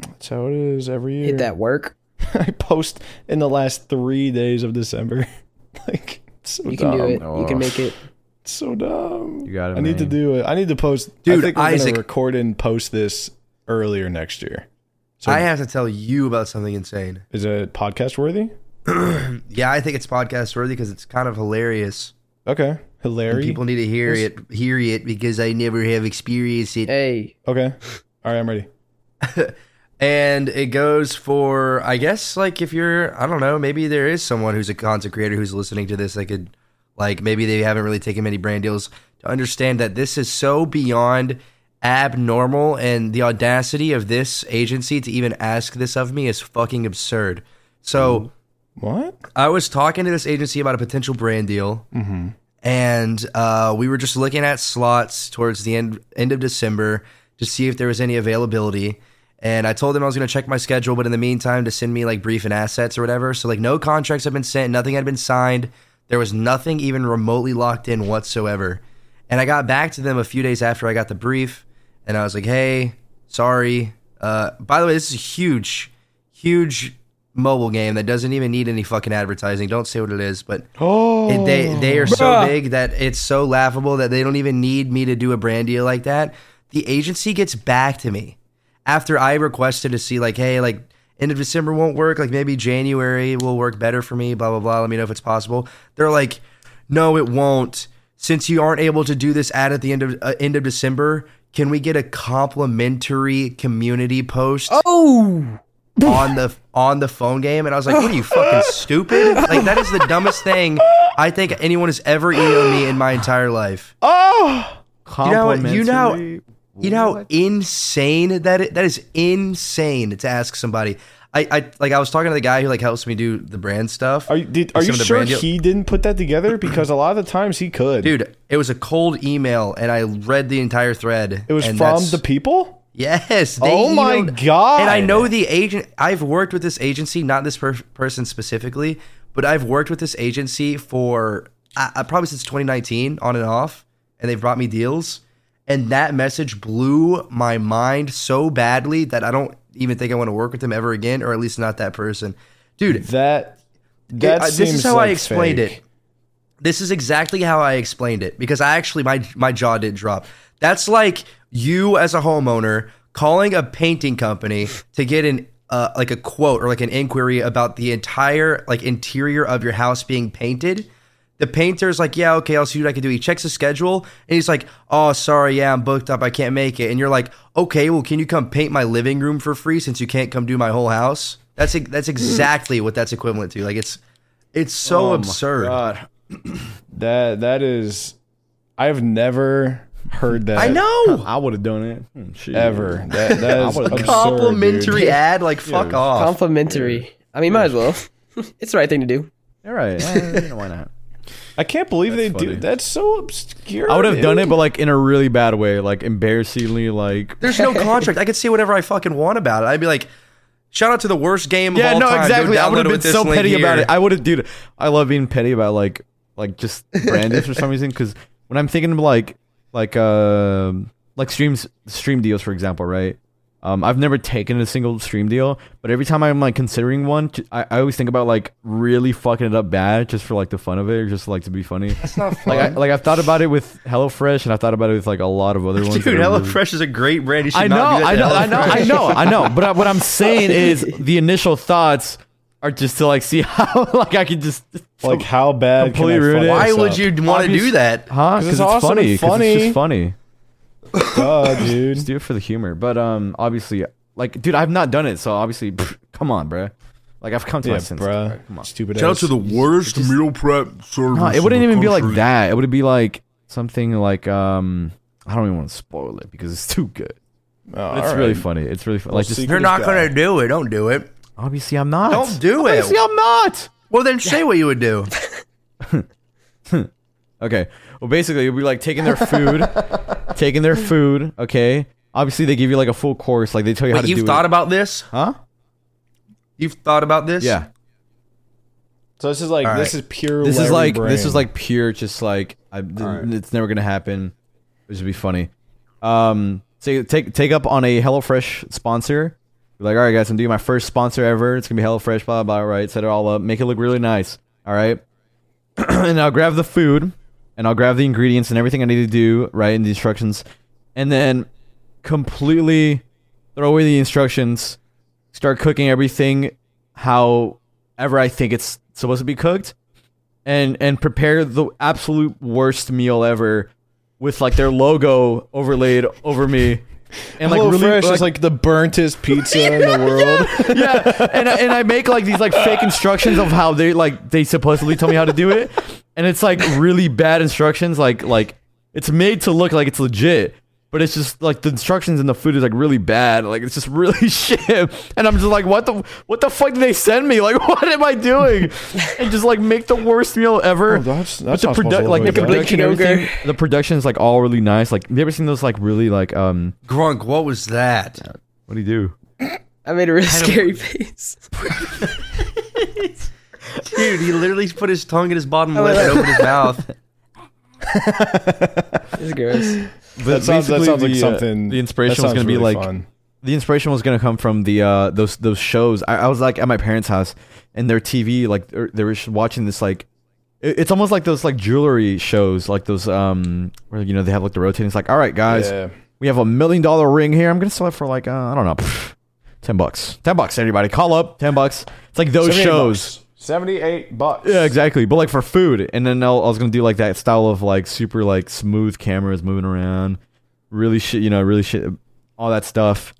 S4: That's how it is every year.
S2: Hit that work.
S4: I post in the last three days of December. like it's so
S2: You
S4: dumb.
S2: can do it. You
S3: Oh.
S2: can make it.
S4: It's so dumb.
S3: You got it,
S4: I need to
S3: man.
S4: do it. I need to post. I
S1: Dude,
S4: think we're
S1: Isaac-
S4: gonna record and post this earlier next year. So-
S1: I have to tell you about something insane.
S4: Is it podcast worthy?
S1: Yeah, I think it's podcast worthy because it's kind of hilarious.
S4: Okay,
S1: And
S4: hilarious.
S1: people need to hear it, hear it because I never have experienced it.
S2: Hey.
S4: Okay, all right, I'm ready.
S1: And it goes for, I guess, like if you're, I don't know, maybe there is someone who's a content creator who's listening to this that could, like, maybe they haven't really taken many brand deals to understand that this is so beyond abnormal and the audacity of this agency to even ask this of me is fucking absurd. So.
S4: What?
S1: I was talking to this agency about a potential brand deal, and uh, we were just looking at slots towards the end end of December to see if there was any availability. And I told them I was going to check my schedule, but in the meantime, to send me like brief and assets or whatever. So like, no contracts had been sent, nothing had been signed. There was nothing even remotely locked in whatsoever. And I got back to them a few days after I got the brief, and I was like, "Hey, sorry. Uh, by the way, this is a huge, huge mobile game that doesn't even need any fucking advertising. Don't say what it is, but it- they they are so big that it's so laughable that they don't even need me to do a brand deal like that. The agency gets back to me after I requested to see like, hey, like end of December won't work, like maybe January will work better for me, blah blah blah. Let me know if it's possible. They're like, no, it won't. Since you aren't able to do this ad at the end of uh, end of December, can we get a complimentary community post?
S2: Oh.
S1: on the on the phone game, and I was like, "What are you fucking stupid? Like that is the dumbest thing I think anyone has ever emailed me in my entire life.
S4: Oh.
S1: You know, what- you know, you know how insane that is, that is insane to ask somebody. I, I like I was talking to the guy who like helps me do the brand stuff.
S4: Are you did, are
S1: Some
S4: you
S1: of the
S4: sure
S1: brand deal-
S4: he didn't put that together? Because a lot of the times he could.
S1: Dude, it was a cold email, and I read the entire thread.
S4: it was
S1: and
S4: from
S1: that's-
S4: the people.
S1: Yes. they
S4: Oh my God.
S1: And I know the agent. I've worked with this agency, not this per- person specifically, but I've worked with this agency for I, I probably since 2019, on and off, and they've brought me deals. And that message blew my mind so badly that I don't even think I want to work with them ever again, or at least not that person, dude.
S4: That that
S1: I-
S4: seems
S1: this is how
S4: like
S1: I explained
S4: fake.
S1: it. This is exactly how I explained it because I actually my my jaw did drop. That's like you as a homeowner calling a painting company to get an uh, like a quote or like an inquiry about the entire like interior of your house being painted. The painter's like, yeah, okay, I'll see what I can do. He checks his schedule and he's like, oh, sorry, yeah, I'm booked up, I can't make it. And you're like, okay, well, can you come paint my living room for free since you can't come do my whole house? That's e, that's exactly what that's equivalent to. Like it's it's so absurd.
S3: God.
S4: That that is I've never heard that,
S1: I know.
S3: I would have done it. Hmm, shit.
S4: ever. That, that is
S3: I would've
S4: absurd, dude.
S1: Complimentary ad, like fuck off.
S2: Complimentary. I mean, might as well. it's the right thing to do.
S3: All right. eh, you know, why not?
S4: I can't believe they
S3: funny.
S4: do. That's so obscure.
S3: I would have done
S4: dude.
S3: it, but like in a really bad way, like embarrassingly, like.
S1: There's no contract. I could say whatever I fucking want about it. I'd be like, shout out to the worst game. of all time. Go
S3: I
S1: download
S3: would
S1: it
S3: have been
S1: with this
S3: so
S1: link
S3: petty about
S1: here.
S3: it. I would have, dude. I love being petty about like, like just brandish for some reason. Because when I'm thinking of like, like, um, like streams, stream deals, for example, right? Um, I've never taken a single stream deal, but every time I'm like considering one, j- I, I always think about like really fucking it up bad just for like the fun of it, or just like to be funny. That's not fun. Like, I, like I've thought about it with HelloFresh, and I've thought about it with like a lot of other ones.
S1: Dude,
S3: that are really-
S1: HelloFresh is a great brand. You should
S3: I know,
S1: not do that
S3: I
S1: to
S3: know, I know, I
S1: HelloFresh.
S3: know, I know. But I, what I'm saying is the initial thoughts are just to like see how like I could just
S4: Like how bad? can
S3: Completely
S4: I
S3: ruined
S4: fuck
S3: it.
S4: this
S1: Why would
S4: up?
S1: you want to
S3: Obvious-
S1: do that?
S3: huh
S4: 'Cause it's
S3: because it's,
S4: awesome and
S3: funny, 'cause it's
S4: funny.
S3: just funny.
S4: Duh, dude.
S3: Just do it for the humor. But um, obviously, like, dude, I've not done it, so obviously, pff, come on, bruh. Like I've come to
S4: Yeah,
S3: my senses.
S4: bruh.
S3: Alright, come on.
S4: Stupid.
S8: Shout out
S4: ass.
S8: to
S4: Oh,
S8: the worst meal prep service.
S3: No, it wouldn't
S8: in the
S3: even be like
S8: country.
S3: that. It would be like something like um, I don't even want to spoil it because it's too good.
S4: Oh,
S3: It's
S4: all
S3: really
S4: right.
S3: funny. It's really funny. Like just
S4: see.
S1: You're not gonna do it. Don't do it.
S3: obviously, I'm not.
S1: Don't do it.
S3: Obviously, I'm not.
S1: Well, then say what you would do.
S3: Okay. Well, basically, we like taking their food, taking their food. Okay. Obviously, they give you like a full course. Like they tell you how
S1: Wait,
S3: to
S1: you've
S3: do
S1: thought
S3: it.
S1: about this?
S3: huh?
S1: You've thought about this?
S3: Yeah.
S4: So this is like
S1: All
S4: this
S1: right.
S4: is pure.
S3: This
S4: Larry
S3: is like
S4: brain.
S3: this is like pure. Just like I, th- it's never gonna happen. This would be funny. Um, so take take up on a HelloFresh sponsor. You're like, all right, guys, I'm doing my first sponsor ever. It's gonna be HelloFresh. Blah blah. blah, Right. Set it all up. Make it look really nice. All right. and I'll grab the food, and I'll grab the ingredients and everything I need to do. Right, and the instructions, and then completely throw away the instructions, start cooking everything however I think it's supposed to be cooked, and and prepare the absolute worst meal ever with like their logo overlaid over me. And like
S4: Hello
S3: really
S4: Fresh is like the burntest pizza in the world.
S3: yeah, and I, and I make like these like fake instructions of how they like they supposedly tell me how to do it, and it's like really bad instructions. Like like it's made to look like it's legit, but it's just like the instructions and the food is like really bad. Like it's just really shit, and I'm just like, what the what the fuck did they send me? Like what am I doing? And just like make the worst meal ever.
S4: that's-
S3: But
S4: that's
S3: the
S4: not supposed to
S3: produ-
S4: look
S3: like the
S4: like that.
S3: production, everything, the production is like all really nice. Like have you ever seen those like really like um
S1: Grunk, what was that?
S3: what do you do?
S2: I made a really scary face.
S1: Dude, he literally put his tongue in his bottom lip and opened his mouth.
S2: It's gross.
S4: That sounds, that
S3: basically
S4: sounds like
S3: the, uh,
S4: something.
S3: the inspiration
S4: that
S3: was gonna
S4: sounds
S3: be
S4: really
S3: like-
S4: fun.
S3: the inspiration was gonna come from the uh those those shows. I, I was like at my parents' house and their TV like er, they were sh- watching this like it- it's almost like those like jewelry shows like those um where you know they have like the rotating. It's like all right guys,
S4: Yeah.
S3: we have a million dollar ring here. I'm gonna sell it for like uh, I don't know. pff, 10 bucks. 10 bucks, everybody. Call up. 10 bucks. It's like those
S4: 78
S3: shows.
S4: bucks. Seventy-eight bucks.
S3: Yeah, exactly. But like for food, and then I'll, I was gonna do like that style of like super like smooth cameras moving around, really shit, you know, really shit, all that stuff.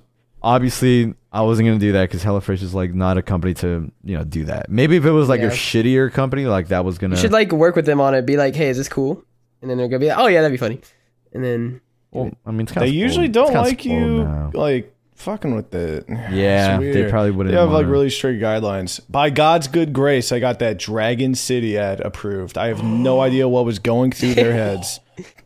S3: Obviously, I wasn't gonna do that because HelloFresh is like not a company to you know do that. Maybe if it was like
S2: Yeah.
S3: a shittier company, like that was gonna.
S2: You should like work with them on it. Be like, hey, is this cool? And then they're gonna be like, oh yeah, that'd be funny. And then
S3: well, I mean, it's kinda
S4: They
S3: spoiled-
S4: usually
S3: it's
S4: don't
S3: kinda
S4: like
S3: spoiled
S4: you
S3: now.
S4: like fucking with it.
S3: Yeah,
S4: It's
S3: they
S4: weird.
S3: probably wouldn't
S4: They have like
S3: wanna.
S4: really strict guidelines. By God's good grace, I got that Dragon City ad approved. I have no idea what was going through their heads,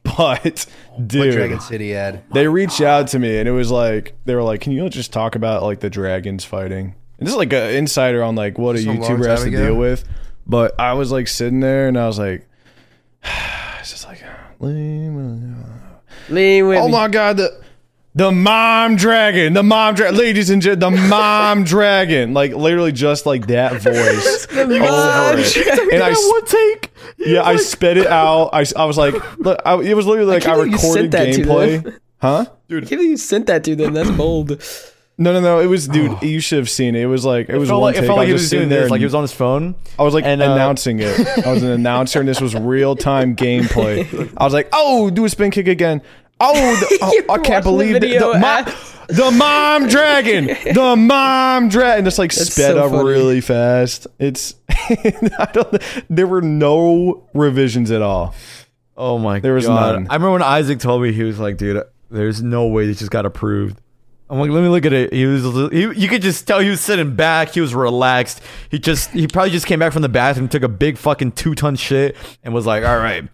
S4: but dude,
S1: Dragon City ad.
S4: they reached out to me and it was like they were like, "Can you just talk about like the dragons fighting?" And this is like an insider on like what a
S1: a long
S4: YouTuber has to
S1: time ago.
S4: deal with. But I was like sitting there and I was like, it's just like, "Lean-
S2: lean with
S4: oh
S2: me.
S4: my god, the the mom dragon, the mom dragon, ladies and gentlemen, the mom dragon, like literally just like that voice.
S2: Mom dragon.
S4: And I, s-
S3: one take.
S4: yeah, I sped it out. I, s- I was like, look, I, it was literally like I,
S2: can't believe you sent
S4: recorded
S2: that to
S4: gameplay,
S2: them.
S4: huh?
S2: I can't believe you sent that to them. That's bold.
S4: No, no, no. It was, dude. You should have seen it. It was like it
S3: Oh. It
S4: was
S3: felt
S4: one
S3: like, it
S4: take.
S3: felt
S4: I was
S3: like he
S4: just
S3: was
S4: sitting
S3: doing
S4: there.
S3: this. Like
S4: and-
S3: he was on his phone.
S4: I was like
S3: and, uh,
S4: announcing it. I was an announcer, and this was real time gameplay. I was like, "Oh, do a spin kick again." Oh, the- oh, I
S2: You're watching the
S4: can't believe the,
S2: video
S4: the, mom,
S2: ad.
S4: the mom dragon, the mom dragon. It's like sped
S2: so
S4: up
S2: funny.
S4: really fast. It's I don't. There were no revisions at all.
S3: Oh my god.
S9: There was none.
S3: I remember when Isaac told me he was like, dude, there's no way this just got approved. I'm like, let me look at it. He was, he, you could just tell he was sitting back. He was relaxed. He just, he probably just came back from the bathroom, took a big fucking two ton shit, and was like, all right,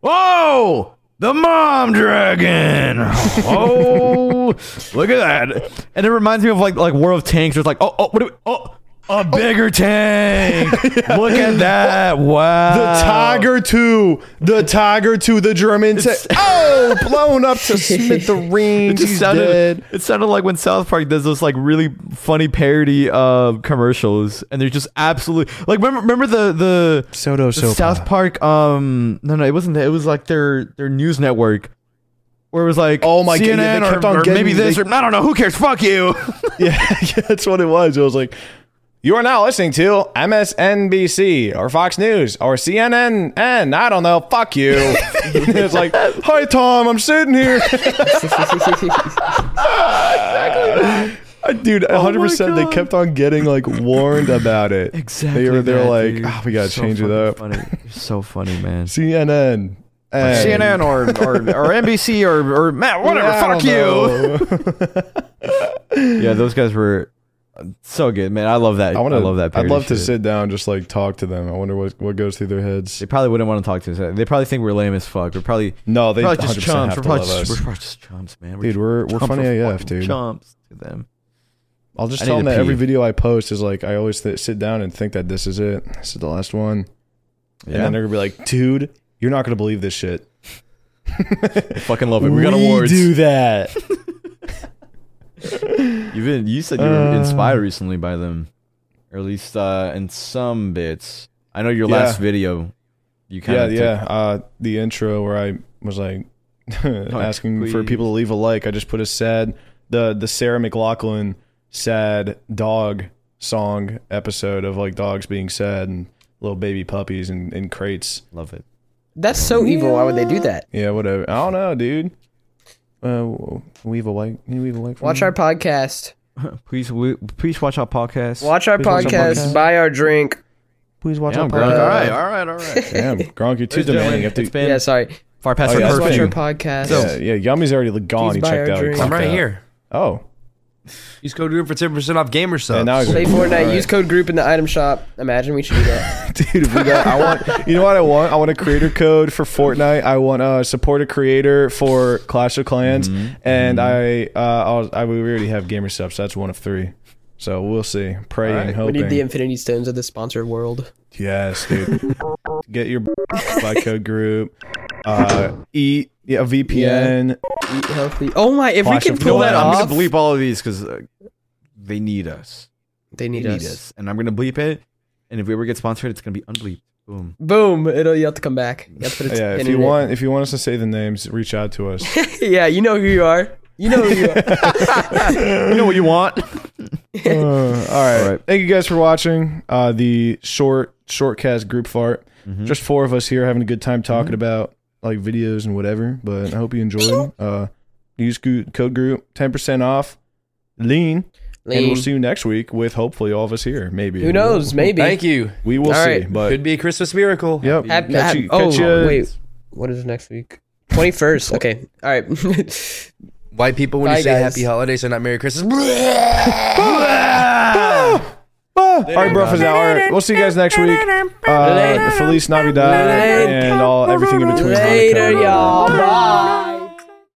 S3: whoa, the mom dragon. Oh, look at that. And it reminds me of like, like War of Tanks. Where it's like, oh, oh, what do we, oh, a bigger tank. Look at that. Wow.
S4: The Tiger 2. The Tiger 2. The German. T- oh, blown up to smithereens.
S3: It just
S4: He's
S3: sounded,
S4: dead.
S3: It sounded like when South Park does those like really funny parody uh, commercials, and they're just absolutely like remember remember the the,
S4: Soto
S3: the South Park um no no it wasn't that it was like their their news network where it was like
S4: Oh my God, yeah,
S3: CNN
S4: they kept
S3: or,
S4: on
S3: or
S4: getting-
S3: maybe this
S4: they-
S3: or I don't know who cares fuck you
S4: Yeah, yeah, that's what it was. It was like, you are now listening to MSNBC or Fox News or CNN. And I don't know. Fuck you. it's like, hi, Tom. I'm sitting here. I- Dude, 100% they
S3: Oh God.
S4: kept on getting like warned about it. They were, they were
S3: that,
S4: like,
S3: dude.
S4: oh, we got to
S3: So
S4: change it
S3: fucking
S4: up.
S3: funny. You're so funny man
S4: CNN. and-
S3: CNN or or, or NBC or or Matt whatever
S4: Yeah, I
S3: fuck
S4: don't
S3: you.
S4: know.
S3: Yeah, those guys were so good, man. I love that. I,
S4: I want to
S3: love that.
S4: I'd
S3: parody
S4: love to
S3: shit.
S4: sit down, just like talk to them. I wonder what, what goes through their heads.
S3: They probably wouldn't want to talk to us. They probably think we're lame as fuck. We're probably
S4: No, they
S3: probably just
S4: 100%
S3: chumps.
S4: have
S3: We're
S4: to
S3: probably
S4: love
S3: just,
S4: us.
S3: we're probably just chumps, man.
S4: Dude, we're- we're
S3: chumps.
S4: funny AF,
S3: fucking
S4: dude.
S3: Chumps to them.
S4: I'll just
S3: I
S4: tell
S3: need
S4: them
S3: to
S4: that every
S3: pee.
S4: video I post is like I always th- sit down and think that this is it. This is the last one, and
S3: Yeah.
S4: then they're gonna be like, "Dude, you're not gonna believe this shit."
S3: I fucking love it. We, got awards.
S4: Do that.
S3: You've been. You said you were
S4: Uh,
S3: inspired recently by them, or at least uh, in some bits. I know your
S4: Yeah.
S3: last video. You kind
S4: yeah,
S3: of
S4: yeah. Uh, the intro where I was like asking for
S3: please.
S4: people to leave a like. I just put a sad the the Sarah McLaughlin sad dog song episode of like dogs being sad and little baby puppies and, and crates.
S3: love it.
S2: That's so evil. Why would they do that?
S4: Yeah, whatever. I don't know, dude. Uh, weave a white. Can you weave a white. for
S2: Watch
S4: me?
S2: our podcast.
S3: Please, we, please watch our podcast.
S2: Watch our
S4: watch our
S2: podcast.
S4: podcast.
S2: Buy our drink.
S4: Please watch
S3: Yeah,
S4: our
S3: I'm drunk.
S4: podcast.
S3: all right, all right, all right.
S4: Damn, Gronk, you're too
S3: Ladies and gentlemen,
S4: demanding. You have to-
S3: it's been
S2: yeah, sorry.
S3: far past
S4: Oh,
S3: the
S4: yeah,
S2: Please
S4: that's
S2: watch
S4: fine.
S2: our
S3: curfew.
S2: podcast.
S4: yeah, yeah, Yummy's already gone.
S2: Please
S4: He
S2: buy
S4: checked
S2: our
S4: out. He
S2: drinks.
S4: clocked
S1: I'm right
S4: out.
S1: here.
S4: Oh,
S1: Use code room for ten percent off gamer
S4: and
S1: subs.
S4: now I
S2: Play
S4: go.
S2: Fortnite. Use code group in the item shop. Imagine we should do that.
S4: Dude, if we got, I want. You know what I want? I want a creator code for Fortnite. I want uh, support a creator for Clash of Clans, and I, uh, I'll, I, we already have gamer subs. So that's one of three. So we'll see. Pray and
S2: we
S4: hoping.
S2: need the Infinity Stones of the sponsored world.
S4: Yes, dude. Get your by code group. Uh, eat yeah, a VPN.
S2: Eat healthy. Oh my! If
S4: Clash
S2: we can
S4: of
S2: pull
S4: Clans.
S2: that
S3: But I'm
S2: off,
S3: gonna bleep all of these because uh, they need us.
S2: they need
S3: They need
S2: us.
S3: us, and I'm gonna bleep it. And if we ever get sponsored, it's gonna be unbleeped. Boom.
S2: Boom! It'll you have to come back. You have to put a
S4: Yeah,
S2: pin
S4: if
S2: in
S4: you
S2: it.
S4: want, if you want us to say the names, reach out to us.
S2: yeah, you know who you are. You know who you are.
S3: You know what you want.
S4: Uh, all, right.
S3: All right.
S4: Thank you guys for watching uh, the short shortcast group fart.
S2: Mm-hmm.
S4: Just four of us here having a good time talking about like videos and whatever. But I hope you enjoyed. Uh, use go- code group ten percent off. Lean, and
S2: Lean.
S4: we'll see you next week with hopefully all of us here. Maybe
S2: Who knows? Maybe.
S1: Thank you.
S4: We will
S2: All
S4: see.
S2: right.
S4: But
S1: Could be a Christmas miracle.
S4: yep.
S2: Hap-
S4: catch
S2: hap-
S4: you-
S2: oh
S4: catch you-
S2: wait, what is next week? Twenty first. Okay. All right.
S1: White people, when
S2: Bye,
S1: you say
S2: guys.
S1: happy holidays and not Merry Christmas,
S4: Ah, all right, bruff is out. All right, we'll see you guys next week. Uh, Feliz Navidad and all everything in between.
S2: Later,
S4: Hanukkah.
S2: y'all. Bye.